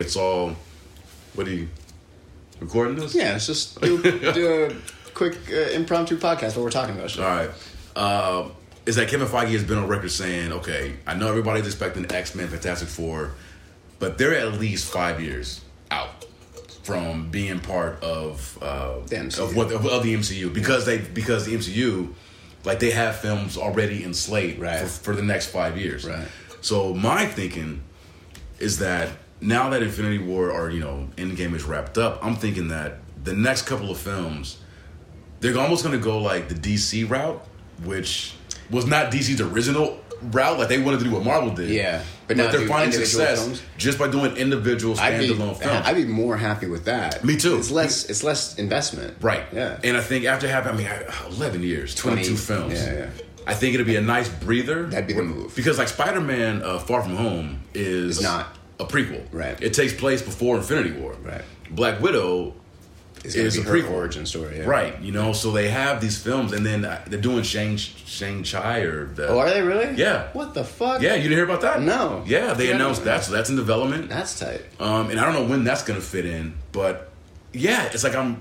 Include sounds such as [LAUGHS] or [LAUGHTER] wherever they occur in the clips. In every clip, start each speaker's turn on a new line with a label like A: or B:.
A: It's all. What are you recording this?
B: Yeah, it's just do, do a quick uh, impromptu podcast where we're talking about shit.
A: All right. Uh, is that Kevin Feige has been on record saying, okay, I know everybody's expecting X Men, Fantastic Four, but they're at least five years out from being part of uh,
B: The MCU.
A: of what of, of the MCU because they because the MCU like they have films already in slate
B: Right.
A: for, for the next five years.
B: Right.
A: So my thinking is that now that Infinity War or you know Endgame is wrapped up, I'm thinking that the next couple of films they're almost going to go like the DC route, which was not DC's original route. Like they wanted to do what Marvel did.
B: Yeah,
A: but,
B: but now
A: they're
B: do
A: finding
B: individual
A: success
B: films?
A: just by doing individual
B: I'd be,
A: standalone films.
B: I'd be more happy with that.
A: Me too.
B: It's less. It's less investment.
A: right.
B: Yeah.
A: And I think after having, I mean, I- eleven years, twenty-two
B: 20,
A: films.
B: yeah, yeah.
A: I think it'd be a nice breather.
B: That'd be the move.
A: Because like Spider-Man: uh, Far From Home is
B: It's not.
A: a prequel.
B: Right.
A: It takes place before Infinity War.
B: Right.
A: Black Widow
B: it's gonna
A: is
B: be
A: a
B: her
A: prequel.
B: origin story. Yeah.
A: Right, you know, so they have these films, and then uh, they're doing Shang Shang Chi or the.
B: Oh, are they really?
A: Yeah.
B: What the fuck?
A: Yeah, you didn't hear about that?
B: No.
A: Yeah, they
B: Yeah, I don't
A: announced
B: know.
A: that, so that's in development.
B: That's tight.
A: Um, and I don't know when that's gonna fit in, but yeah, it's like I'm,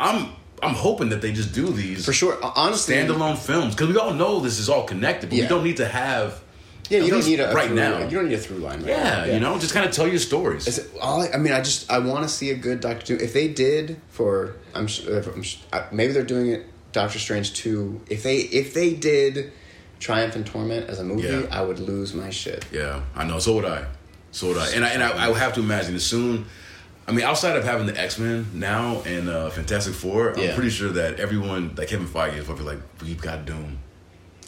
A: I'm, I'm hoping that they just do these
B: For sure. Ho- Honestly,
A: standalone films because we all know this is all connected, but we
B: Yeah.
A: don't need to have.
B: Yeah,
A: at
B: you don't
A: least
B: need a a
A: right
B: through,
A: now.
B: You don't need a through line. Right
A: Yeah,
B: now.
A: you know, just kind of tell your stories.
B: Is it, all I, I mean, I just I want to see a good Doctor Doom. If they did for, I'm, s- I'm s- I- maybe they're doing it Doctor Strange two. If they if they did Triumph and Torment as a movie,
A: Yeah.
B: I would lose my shit.
A: Yeah, I know. So would I. So would I. And I, and I, I would have to imagine as soon. I mean, outside of having the X Men now and uh, Fantastic Four, I'm
B: Yeah.
A: pretty sure that everyone, like Kevin Feige, is probably like, we've got Doom.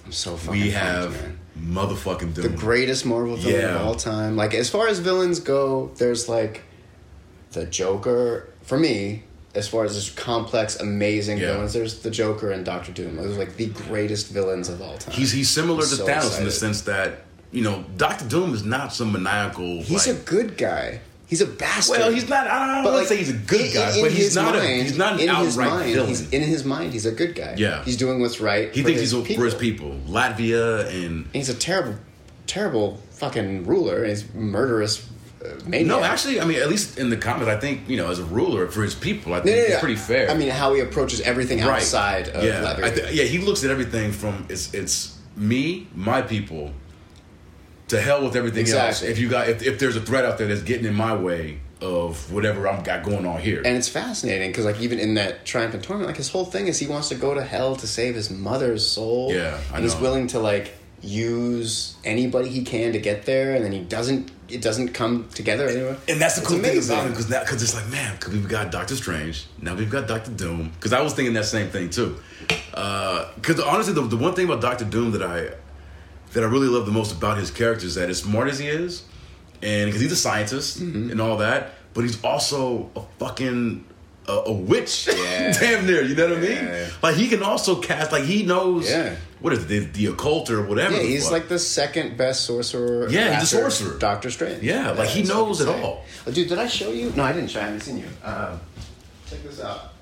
B: I'm so fucking.
A: We
B: pumped,
A: have
B: man.
A: motherfucking Doom.
B: the greatest Marvel villain
A: Yeah.
B: of all time. Like as far as villains go, there's like the Joker for me. As far as just complex, amazing
A: Yeah.
B: villains, there's the Joker and Doctor Doom. Those are like the greatest villains of all time.
A: he's he's similar to
B: So
A: Thanos in the
B: excited.
A: sense that you know Doctor Doom is not some maniacal.
B: He's
A: like,
B: a good guy. He's a bastard.
A: well, he's not. I don't
B: But,
A: want
B: like,
A: to say he's a good
B: in-
A: guy,
B: in
A: but he's
B: his
A: not. a,
B: mind-
A: he's not an
B: in
A: outright
B: his mind,
A: villain.
B: He's, in his mind, he's a good guy.
A: Yeah.
B: he's doing what's right.
A: he
B: for
A: thinks
B: his
A: he's a- for his people, Latvia and
B: And he's a terrible, terrible fucking ruler. And he's murderous. Uh, maniac.
A: No, actually, I mean, at least in the comics, I think you know, as a ruler for his people, I think
B: Yeah, yeah,
A: he's
B: yeah.
A: pretty fair.
B: I mean, how he approaches everything
A: right.
B: outside of
A: yeah,
B: leather.
A: I thi- yeah, he looks at everything from it's it's me, my people, to hell with everything else.
B: Exactly.
A: If you got if, if there's a threat out there that's getting in my way of whatever I'm got going on here,
B: and it's fascinating because, like, even in that triumph and torment, like his whole thing is he wants to go to hell to save his mother's soul.
A: Yeah, I
B: and he's
A: know.
B: willing to like use anybody he can to get there, and then he doesn't. It doesn't come together anyway.
A: And that's the
B: It's
A: cool thing
B: amazing.
A: about it because because it's like man, because we've got Doctor Strange, now we've got Doctor Doom. Because I was thinking that same thing too. Because honestly, the, the one thing about Doctor Doom that I that I really love the most about his character is that as smart as he is, and because he's a scientist
B: Mm-hmm.
A: and all that, but he's also a fucking a, a witch, [LAUGHS]
B: Yeah.
A: damn near. You know what I
B: Yeah.
A: mean? Like he can also cast, like he knows
B: Yeah.
A: what is it, the, the occult or whatever.
B: Yeah,
A: the
B: he's
A: fuck.
B: like the second best sorcerer.
A: Yeah, he's a
B: after
A: sorcerer.
B: Doctor Strange.
A: Yeah, like, he
B: it's fucking
A: knows it
B: insane.
A: all.
B: Oh, dude, did I show you? No, I didn't show. you. I haven't seen you. Uh, check this out.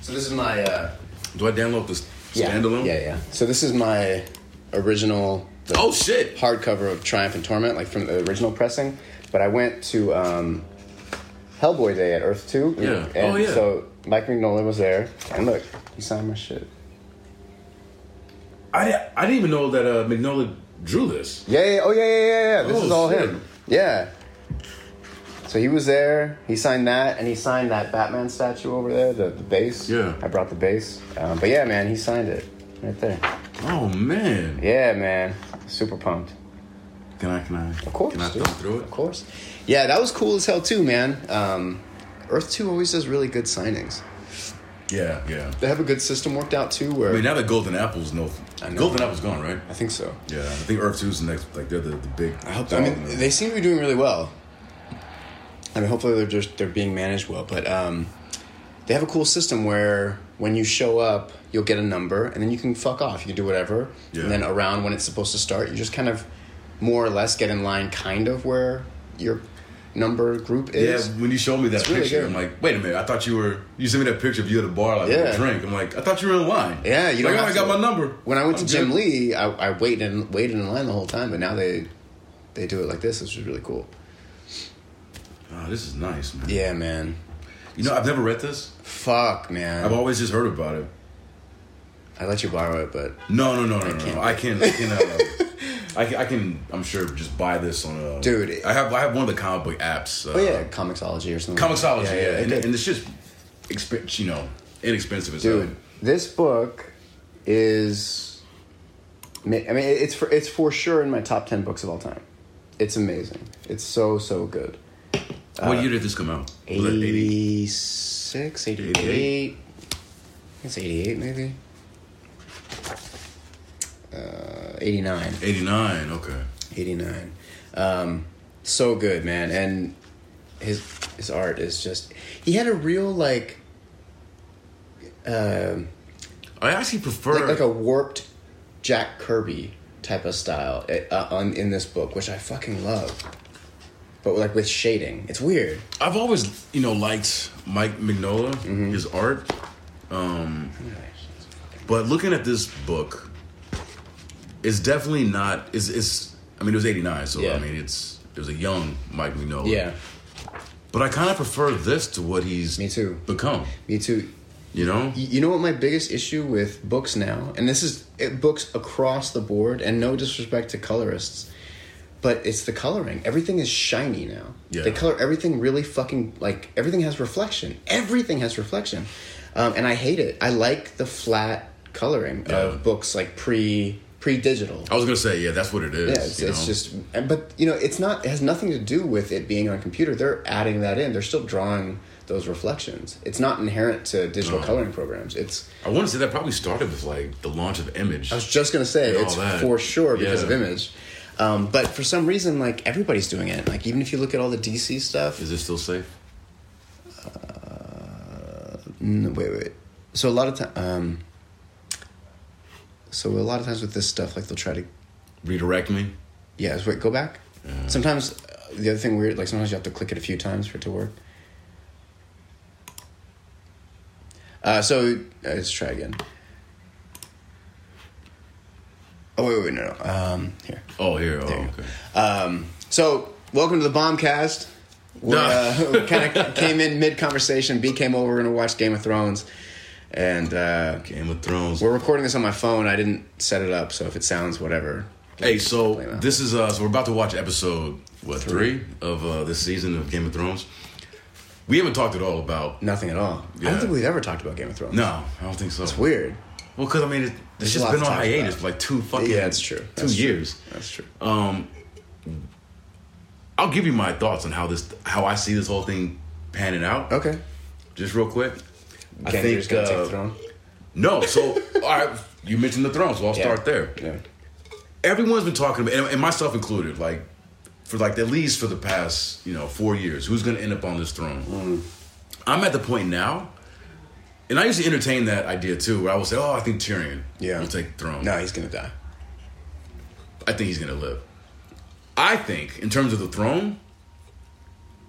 B: So this is my. Uh,
A: do I download this
B: yeah,
A: standalone?
B: Yeah, yeah. So this is my original. the
A: Oh shit!
B: Hardcover of Triumph and Torment, like from the original pressing, but I went to um, Hellboy Day at Earth Two.
A: Yeah.
B: And
A: Oh, yeah.
B: So Mike McNolan was there, and look, he signed my shit.
A: I didn't, I didn't even know that uh, Magnolia drew this.
B: Yeah, yeah, oh yeah, yeah, yeah, yeah. This
A: Oh,
B: is all
A: shit.
B: him. Yeah. So he was there. He signed that, and he signed that Batman statue over there, the, the base.
A: Yeah.
B: I brought the base. Um, but yeah, man, he signed it right there.
A: Oh man!
B: Yeah, man, super pumped.
A: Can I? Can I?
B: Of course,
A: Can I
B: dude.
A: thumb through it?
B: Of course. Yeah, that was cool as hell too, man. Um, Earth Two always does really good signings.
A: Yeah, yeah.
B: They have a good system worked out too, where
A: I mean, now that Golden Apple's no,
B: I know.
A: Golden Apple's gone, right?
B: I think so.
A: Yeah, I think Earth Two's the next. Like they're the, the big.
B: I hope. I mean, they seem to be doing really well. I mean, hopefully they're just they're being managed well, but um, they have a cool system where when you show up, you'll get a number, and then you can fuck off. You can do whatever,
A: Yeah.
B: and then around when it's supposed to start, you just kind of more or less get in line, kind of where your number group
A: Yeah,
B: is.
A: when you showed me that
B: It's really
A: picture,
B: good.
A: I'm like, wait a minute. I thought you were. You sent me that picture of you at a bar, like with a
B: Yeah.
A: drink. I'm like, I thought you were in line.
B: Yeah, you
A: like,
B: don't
A: I
B: have
A: got
B: to-
A: my number.
B: When I went to
A: I'm
B: Jim
A: good.
B: Lee, I, I waited and waited in line the whole time, but now they they do it like this, which is really cool.
A: Oh, this is nice, man.
B: Yeah, man.
A: You know, I've never read this.
B: Fuck, man.
A: I've always just heard about it.
B: I let you borrow it, but
A: No, no, no, no,
B: can't.
A: no. I can, I can, uh, I can, I can. I'm sure just buy this on a
B: Dude, it-
A: I have, I have one of the comic book apps. Uh,
B: oh yeah, Comixology or something.
A: Comixology. Yeah,
B: it
A: and,
B: did.
A: and it's just, exp- you know, inexpensive as hell.
B: dude this book is i mean it's for it's for sure in my top 10 books of all time it's amazing it's so so good
A: What
B: uh,
A: year did this come out? Was that 80?
B: 86 88
A: 88?
B: it's 88 maybe uh, 89
A: 89. Okay.
B: 89 um, so good man and his his art is just he had a real like
A: I actually prefer.
B: like, like a warped Jack Kirby type of style uh, on in this book, which I fucking love. But like with shading, it's weird.
A: I've always, you know, liked Mike Mignola,
B: Mm-hmm.
A: his art. Um, But looking at this book, it's definitely not. It's, it's I mean, it was '89, so
B: Yeah.
A: I mean, it's it was a young Mike Mignola.
B: Yeah,
A: But I kind of prefer this to what he's
B: Me too.
A: become.
B: me too.
A: You know,
B: Y- You know what my biggest issue with books now, and this is it, books across the board, and no disrespect to colorists, but it's the coloring. Everything is shiny now.
A: Yeah.
B: They color everything really fucking like everything has reflection. Everything has reflection, um, and I hate it. I like the flat coloring
A: Yeah.
B: of books like pre pre digital.
A: I was gonna say, yeah, that's what it is.
B: Yeah, it's,
A: you
B: it's
A: know?
B: just, and- but you know, it's not. It has nothing to do with it being on a computer. They're adding that in. They're still drawing those reflections. It's not inherent to digital
A: No.
B: coloring programs. It's.
A: I want to say that probably started with like the launch of Image.
B: I was just gonna say
A: And all
B: it's
A: that.
B: for sure because
A: Yeah.
B: of image, um, but for some reason, like everybody's doing it. Like even if you look at all the DC stuff.
A: is it still safe?
B: No, wait, wait. So a lot of time. Um, so a lot of times with this stuff, like they'll try to
A: Redirect me.
B: Yeah, just wait, go back.
A: Mm.
B: Sometimes uh, the other thing weird, like sometimes you have to click it a few times for it to work. Uh, so uh, let's try again. Oh wait, wait, no, no. Um, here.
A: Oh, here. Oh,
B: There you
A: okay.
B: Um, so welcome to the Bombcast. We uh, [LAUGHS] kind of came in mid conversation. B came over and we watched Game of Thrones, and uh,
A: Game of Thrones.
B: we're recording this on my phone. I didn't set it up, so if it sounds whatever.
A: Hey, so
B: Play that.
A: this is uh, so we're about to watch episode what three, of uh, this season of Game of Thrones. We haven't talked at all about.
B: Nothing at all. I
A: Yeah.
B: don't think we've ever talked about Game of Thrones.
A: No, I don't think so.
B: It's weird.
A: Well, because I mean, it, it's
B: There's
A: just
B: a lot
A: been
B: to
A: on
B: talk
A: hiatus
B: about.
A: for like two fucking.
B: Yeah, Um, that's true.
A: Two
B: That's true.
A: years.
B: That's true.
A: I'll give you my thoughts on how this, how I see this whole thing panning out.
B: okay.
A: Just real quick. I
B: Gendry's
A: think.
B: gonna take
A: uh,
B: the throne.
A: no, so [LAUGHS] all right, you mentioned the throne, so I'll start there.
B: Yeah.
A: Everyone's been talking about, and, and myself included, like for like at least for the past you know four years, who's going to end up on this throne?
B: Mm-hmm.
A: I'm at the point now. And I used to entertain that idea too, where I would say, "Oh, I think Tyrion
B: Yeah.
A: will take the throne."
B: No, he's gonna die.
A: I think he's going to live. I think, in terms of the throne,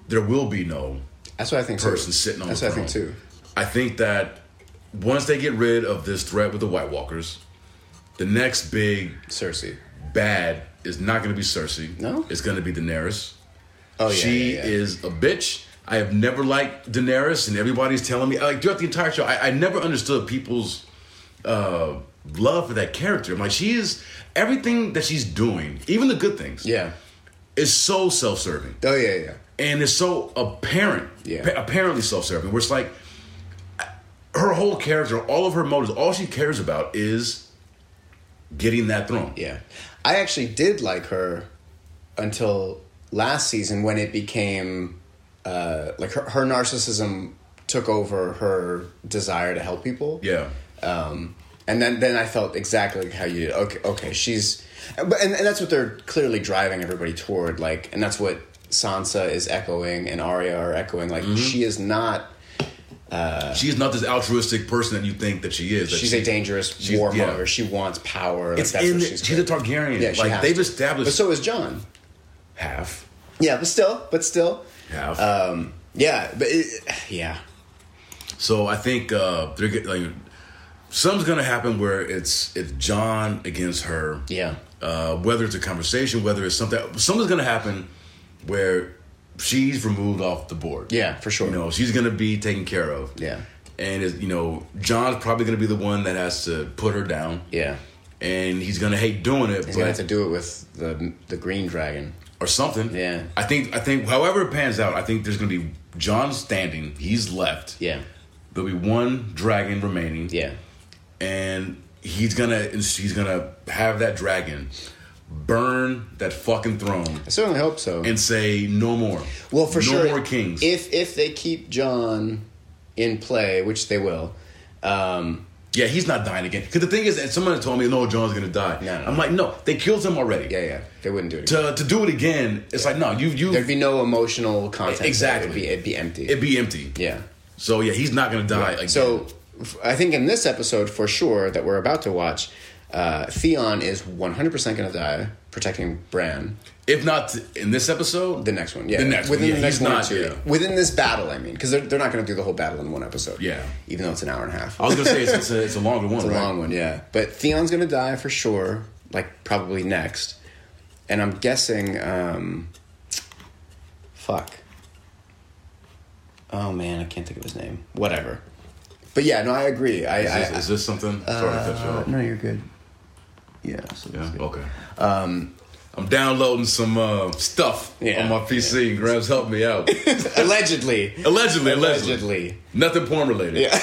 A: there will be no
B: That's what I think.
A: person
B: too.
A: sitting on
B: That's
A: the
B: what
A: throne.
B: I think too.
A: I think that once they get rid of this threat with the White Walkers, the next big
B: Cersei.
A: bad is not going to be Cersei.
B: No?
A: It's going to be Daenerys.
B: Oh yeah.
A: she
B: yeah, yeah.
A: is a bitch. I have never liked Daenerys, and everybody's telling me like throughout the entire show. I, I never understood people's uh, love for that character. I'm like, she is everything that she's doing, even the good things,
B: Yeah.
A: is so self-serving
B: Oh yeah, yeah.
A: and it's so apparent,
B: Yeah.
A: pa- apparently self-serving. Where it's like her whole character, all of her motives, all she cares about is getting that throne.
B: Yeah. I actually did like her until last season when it became uh, like her, her narcissism took over her desire to help people.
A: Yeah.
B: Um, and then, then I felt exactly how you did. Okay, okay, she's, but and, and that's what they're clearly driving everybody toward. Like, and that's what Sansa is echoing and Arya are echoing. Like,
A: Mm-hmm.
B: she is not.
A: she is not this altruistic person that you think that she is. that
B: She's
A: she-
B: a dangerous
A: she's-
B: warmonger.
A: yeah.
B: She wants power. Like,
A: It's
B: that's
A: in.
B: what
A: the-
B: she's.
A: She's, a Targaryen.
B: Yeah, she
A: like
B: has
A: they've
B: to. But
A: established
B: so is John.
A: half,
B: Yeah, but still, but still.
A: half.
B: Um, yeah, but it, yeah,
A: so I think uh, they're get, like something's gonna happen where it's it's John against her.
B: yeah.
A: Uh, whether it's a conversation, whether it's something, something's gonna happen where she's removed off the board.
B: Yeah, for sure.
A: You know, she's gonna be taken care of.
B: Yeah.
A: And it's, you know, John's probably gonna be the one that has to put her down.
B: Yeah.
A: And he's gonna hate doing it,
B: He's
A: but
B: gonna have to do it with the the green dragon.
A: or something.
B: Yeah.
A: I think I think however it pans out, I think there's gonna be John standing. He's left.
B: Yeah.
A: There'll be one dragon remaining.
B: Yeah.
A: And he's gonna he's gonna have that dragon burn that fucking throne
B: I certainly hope so.
A: and say no more.
B: well, for
A: no
B: sure.
A: more kings.
B: If if they keep John in play, which they will, um,
A: yeah, he's not dying again. Because the thing is, and someone told me, no, John's gonna die.
B: No, no,
A: I'm
B: no.
A: like, no, they killed him already.
B: yeah, yeah, they wouldn't do it. again.
A: To to do it again, it's like no, you you
B: There'd be no emotional content.
A: Exactly.
B: It'd be, it'd be empty.
A: it'd be empty.
B: yeah.
A: So yeah, he's not gonna die again.
B: So f- I think in this episode for sure that we're about to watch, uh, Theon is 100% going to die protecting Bran.
A: if not in this episode,
B: The next one, yeah.
A: The next one,
B: within
A: yeah,
B: the next
A: he's
B: one or
A: not,
B: two.
A: yeah.
B: Within this battle, I mean, because they're, they're not going to do the whole battle in one episode.
A: Yeah.
B: Even though it's an hour and a half.
A: I was gonna say it's, it's, a, it's a longer one,
B: the
A: right?
B: long one, yeah. But Theon's going to die for sure, like probably next. And I'm guessing, um, fuck. Oh man, I can't think of his name. Whatever. But yeah, no, I agree. I,
A: Is,
B: I,
A: this, is this something? Sorry to cut you
B: Uh,
A: off.
B: no, you're good. Yeah. So
A: Yeah.
B: that's good.
A: Okay. Um, I'm downloading some uh, stuff
B: Yeah,
A: on my PC. and Gram's helped me out.
B: [LAUGHS] Allegedly.
A: allegedly, allegedly,
B: Allegedly.
A: nothing porn related.
B: Yeah.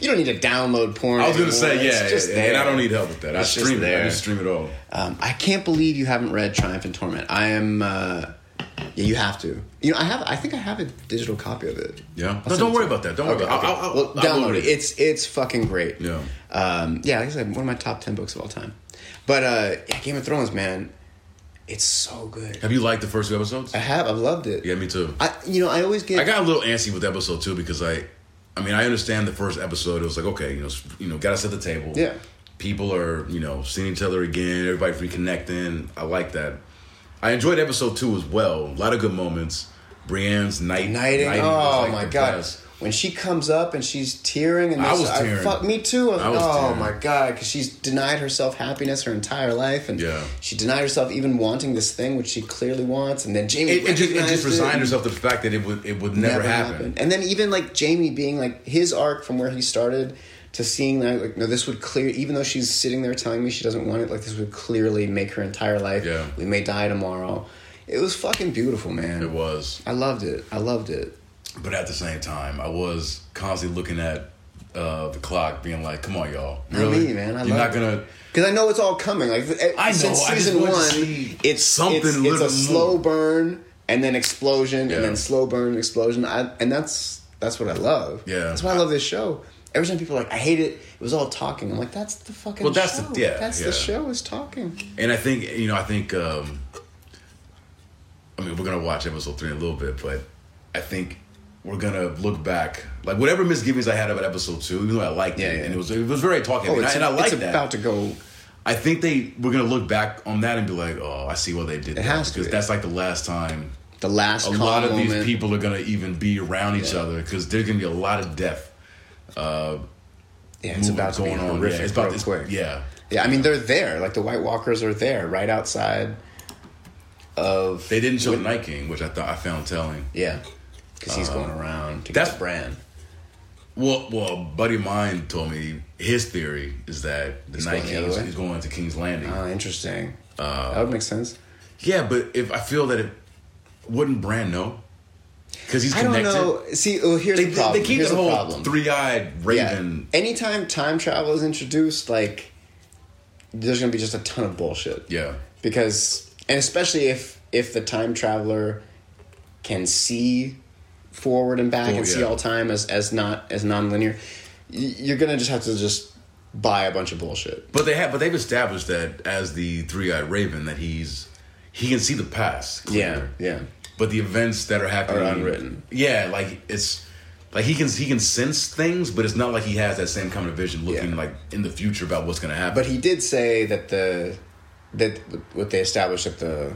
B: You don't need to download porn.
A: I was gonna say
B: anymore. It's
A: yeah,
B: just
A: yeah, and I
B: there.
A: don't need help with that.
B: It's
A: I
B: just
A: stream it. I
B: there.
A: just stream it all.
B: Um, I can't believe you haven't read Triumph and Torment. I am. Uh, yeah, you have to. You know, I have. I think I have a digital copy of it.
A: Yeah.
B: I'll
A: No,
B: send
A: don't worry
B: it to you.
A: about that. Don't worry
B: Okay,
A: about it.
B: okay.
A: I'll- I'll-
B: well,
A: I'll
B: download
A: download
B: it.
A: it.
B: It's it's fucking great.
A: Yeah.
B: Um, yeah, like I said, one of my top ten books of all time. But uh, yeah, Game of Thrones, man, it's so good.
A: Have you liked the first two episodes?
B: I have. I've loved it.
A: Yeah, me too.
B: I, you know, I always get.
A: I got a little antsy with episode two because I, I mean, I understand the first episode. It was like, okay, you know, s- you know, gotta set the table.
B: Yeah.
A: People are, you know, seeing each other again. Everybody's reconnecting. I like that. I enjoyed episode two as well. A lot of good moments. Brienne's night
B: Nighting.
A: nighting was,
B: oh
A: like,
B: my
A: the
B: god.
A: best.
B: When she comes up and she's tearing, and
A: I
B: this-
A: was tearing.
B: fuck me too. I was,
A: I was
B: oh
A: tearing.
B: my god, because she's denied herself happiness her entire life, and
A: Yeah.
B: she denied herself even wanting this thing which she clearly wants, and then Jamie
A: It, it just, it
B: recognized
A: just resigned
B: and
A: herself to the fact that it would it would never, happen.
B: And then even like Jamie being like his arc from where he started to seeing that like no, this would clear. Even though she's sitting there telling me she doesn't want it, like this would clearly make her entire life.
A: Yeah.
B: we may die tomorrow. It was fucking beautiful, man.
A: It was,
B: I loved it. I loved it.
A: but at the same time, I was constantly looking at uh, the clock, being like, "Come on, y'all, really,
B: me, man. I
A: You're
B: love
A: not
B: it.
A: gonna."
B: Because I know it's all coming. Like
A: I know,
B: since
A: I just
B: season
A: want to see
B: one, it's
A: something
B: It's, it's
A: little
B: a slow
A: more.
B: burn and then explosion
A: Yeah.
B: and then slow burn explosion. I, and that's that's what I love.
A: Yeah.
B: that's why I love this show. Every time people are like, I hate it. It was all talking. I'm like, that's the fucking.
A: Well, that's
B: show.
A: the- yeah,
B: That's
A: yeah.
B: the show is talking.
A: And I think you know, I think um I mean we're gonna watch episode three in a little bit, but I think we're gonna look back like whatever misgivings I had about episode two, even though I liked
B: Yeah,
A: it,
B: yeah. Oh,
A: and it was it was very talkative, and, I, and I like
B: it's
A: that.
B: about to go.
A: I think they we're gonna look back on that and be like, oh, I see why they did. It that.
B: has to
A: because
B: be.
A: that's like the last time
B: The last
A: a
B: calm
A: lot of these
B: moment.
A: people are gonna even be around each
B: Yeah.
A: other because there's gonna be a lot of death.
B: Yeah, it's
A: movement
B: about to be
A: on.
B: horrific
A: Yeah, it's about
B: real
A: it's-
B: quick.
A: Yeah,
B: Yeah, I mean they're there. Like the White Walkers are there, right outside of
A: they didn't show the Night King, which I thought I found telling.
B: yeah, because he's going around. To
A: Uh, that's-
B: get Bran.
A: Well, well, a buddy of mine told me his theory is that the Night
B: going the other
A: King is
B: way?
A: is going to King's Landing.
B: Oh, interesting.
A: Uh,
B: that would make sense.
A: yeah, but if I feel that it wouldn't Bran know because he's
B: I don't
A: connected.
B: know. See, well, here's
A: They,
B: the
A: they-
B: problem.
A: they keep
B: here's
A: that
B: the
A: whole
B: problem.
A: three-eyed raven.
B: Yeah. Anytime time travel is introduced, like there's gonna be just a ton of bullshit.
A: Yeah.
B: Because and especially if if the time traveler can see forward and back
A: Oh,
B: and see
A: yeah.
B: all time as as not as nonlinear, y- you're gonna just have to just buy a bunch of bullshit.
A: But they have, but they've established that as the three-eyed raven that he's he can see the past.
B: Yeah,
A: Clear,
B: yeah.
A: But the events that are happening
B: unwritten.
A: Yeah, like it's like he can he can sense things, but it's not like he has that same kind of vision looking
B: Yeah.
A: like in the future about what's going to happen.
B: But he did say that the that what they established at the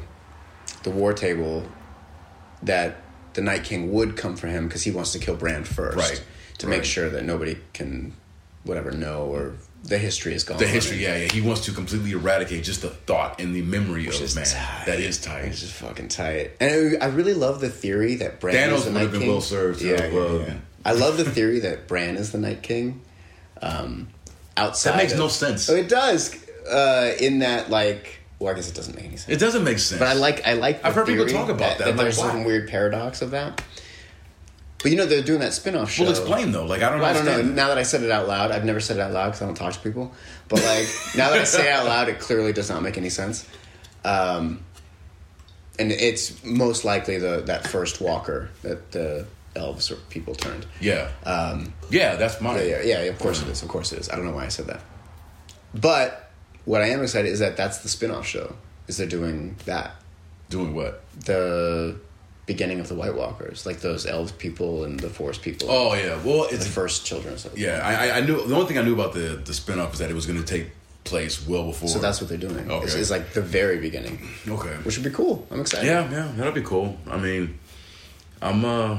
B: the war table that the Night King would come for him because he wants to kill Brand first,
A: Right,
B: To
A: right.
B: make sure that nobody can, whatever, know or the history is gone.
A: The history, yeah, yeah. He wants to completely eradicate just the thought and the memory of
B: is
A: man.
B: tight.
A: That is tight.
B: It's just fucking tight. And I I really love the theory that Bran
A: Thanos
B: is the
A: would've
B: Night
A: been
B: King.
A: well served to
B: Yeah,
A: have,
B: yeah,
A: uh,
B: yeah. I love the theory that Bran is the Night King. Um, outside
A: That makes
B: of-
A: no sense.
B: Oh, it does. Uh, in that, like, well, I guess it doesn't make any sense.
A: It doesn't make sense.
B: But I like I like. the
A: I've heard people
B: theory
A: talk about that.
B: That,
A: I'm like,
B: there's
A: why?
B: some weird paradox of that. But you know they're doing that spin-off show.
A: Well, explain though. Like I don't
B: Well, I don't
A: understand.
B: know.
A: that.
B: Now that I said it out loud, I've never said it out loud because I don't talk to people. But like now that I say it out loud, it clearly does not make any sense. Um, and it's most likely the that first walker that the elves or people turned.
A: Yeah. yeah, that's mine.
B: Yeah, Um, yeah, yeah, Of course it is. Of course it is. I don't know why I said that. But what I am excited is that that's the spin-off show. Is they're doing that
A: Doing what?
B: the beginning of the White Walkers, like those elves people and the forest people,
A: Oh yeah. Well,
B: the
A: it's
B: first children. So,
A: yeah. I, I- I knew the only thing I knew about the the spinoff is that it was going to take place well before.
B: so that's what they're doing. It's,
A: Okay.
B: it's like the very beginning,
A: okay.
B: which would be cool. I'm excited.
A: Yeah, yeah, that'll be cool. I mean, I'm uh, I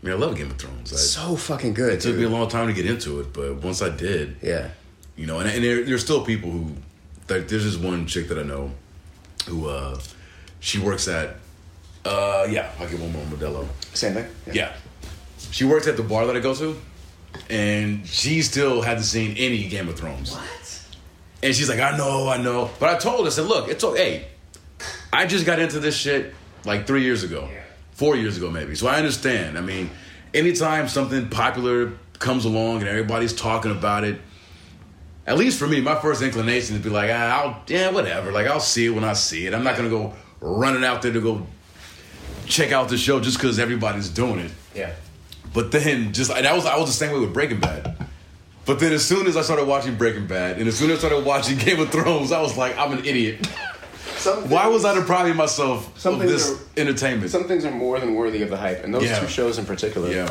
A: mean, I love Game of Thrones. I,
B: so fucking good.
A: it took me a
B: dude.
A: long time to get into it, but once I did,
B: yeah,
A: you know, and, and there, there's still people who, like, there's this one chick that I know, who, uh, she works at, uh, yeah, I'll get one more Modelo.
B: same thing.
A: Yeah. She works at the bar that I go to, and she still hasn't seen any Game of Thrones.
B: What?
A: And she's like, I know, I know. But I told her, I said, look, it's okay. I just got into this shit like three years ago, four years ago, maybe. So I understand. I mean, anytime something popular comes along and everybody's talking about it, at least for me, my first inclination is to be like, ah, I'll, yeah, whatever. Like, I'll see it when I see it. I'm not going to go running out there to go check out the show just because everybody's doing it.
B: Yeah.
A: But then just and I was I was the same way with Breaking Bad. But then as soon as I started watching Breaking Bad and as soon as I started watching Game of Thrones, I was like, I'm an idiot.
B: Some
A: Why
B: things-
A: was I depriving myself
B: Some
A: of
B: things
A: this
B: are-
A: entertainment?
B: Some things are more than worthy of the hype, and those
A: Yeah.
B: two shows in particular.
A: yeah.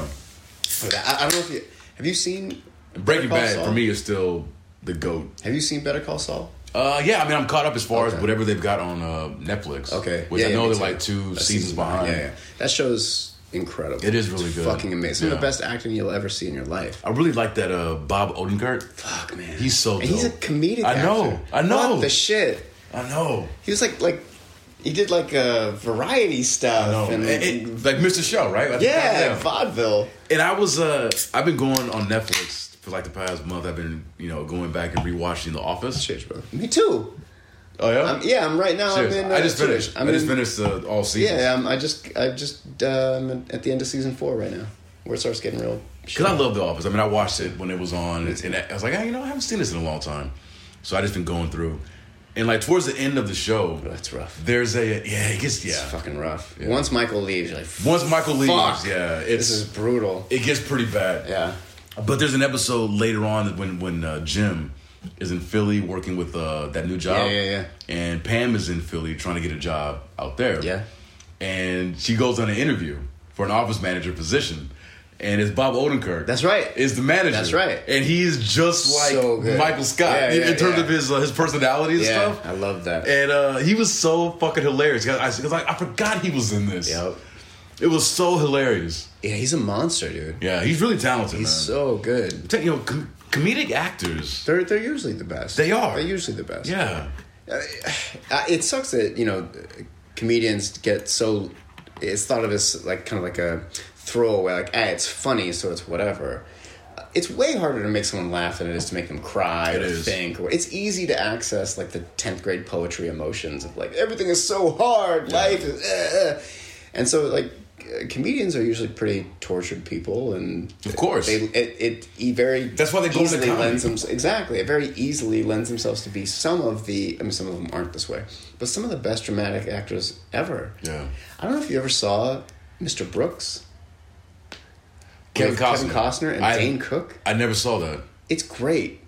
B: I, I don't know if you have you seen
A: And Breaking
B: Better Call
A: Bad
B: Saul?
A: for me is still the GOAT.
B: Have you seen Better Call Saul?
A: Uh, yeah, I mean I'm caught up as far as
B: Okay.
A: whatever they've got on uh, Netflix.
B: Okay,
A: Which
B: Yeah,
A: I
B: yeah,
A: know
B: me
A: they're
B: too.
A: like two
B: A
A: seasons,
B: season
A: behind.
B: Yeah, yeah, that show's incredible.
A: It is really
B: It's
A: good.
B: Fucking amazing. Some of
A: Yeah.
B: the best acting you'll ever see in your life.
A: I really like that uh, Bob Odenkirk.
B: Fuck man,
A: He's so
B: And he's a
A: dope.
B: comedic.
A: I know,
B: actor.
A: I know.
B: What the shit.
A: I know.
B: He was like like he did like uh, variety stuff
A: I know.
B: and
A: And- and- like Mr. Show, right? I think-
B: yeah, vaudeville.
A: And I was uh I've been going on Netflix for like the past month. I've been, you know, going back and rewatching The Office.
B: Shit, bro. Me too.
A: Oh yeah?
B: Um, yeah, I'm right now.
A: Serious.
B: I'm in,
A: I
B: uh,
A: just finished.
B: I'm
A: i just
B: in-
A: finished uh, all seasons.
B: Yeah, I'm, I just I just um, at the end of season four right now, where it starts getting real.
A: Because I love The Office. I mean, I watched it when it was on, and, and I was like, hey, you know, I haven't seen this in a long time. So I just been going through, and like towards the end of the show,
B: That's rough.
A: there's a yeah, it gets
B: It's
A: yeah.
B: fucking rough. Once Michael leaves, you're like,
A: Once Michael leaves,
B: Fuck.
A: yeah,
B: this
A: it's
B: is brutal.
A: it gets pretty bad.
B: Yeah.
A: But there's an episode later on when when uh, Jim is in Philly working with uh, that new job.
B: Yeah, yeah, yeah.
A: And Pam is in Philly trying to get a job out there.
B: Yeah.
A: And she goes on an interview for an office manager position. And it's Bob Odenkirk.
B: That's right.
A: Is the manager.
B: That's right.
A: And he is just like
B: So good.
A: Michael Scott
B: Yeah,
A: in-
B: yeah,
A: in terms
B: yeah.
A: of his uh, his personality and
B: Yeah,
A: stuff.
B: I love that.
A: And uh, he was so fucking hilarious. I, I, like, I forgot he was in this.
B: Yep.
A: It was so hilarious.
B: Yeah, he's a monster, dude.
A: Yeah, he's really talented.
B: He's
A: man.
B: so good.
A: T- you know, com- comedic actors.
B: They're they're usually the best.
A: They are.
B: They're usually the best.
A: Yeah,
B: Uh, it sucks that you know comedians get so it's thought of as like kind of like a throwaway like ah it's funny so it's whatever Uh, it's way harder to make someone laugh than it is to make them cry
A: It
B: or
A: is.
B: think or it's easy to access like the 10th grade poetry emotions of like everything is so hard life is uh, uh." and so like uh, comedians are usually pretty tortured people and
A: of course.
B: they it, it e- very
A: That's why they go into
B: easily
A: comedy.
B: lends them, exactly it very easily lends themselves to be some of the I mean some of them aren't this way but some of the best dramatic actors ever
A: yeah,
B: I don't know if you ever saw Mr. Brooks
A: Kevin
B: with
A: Costner,
B: Kevin Costner and
A: I,
B: Dane Cook
A: I never saw that.
B: it's great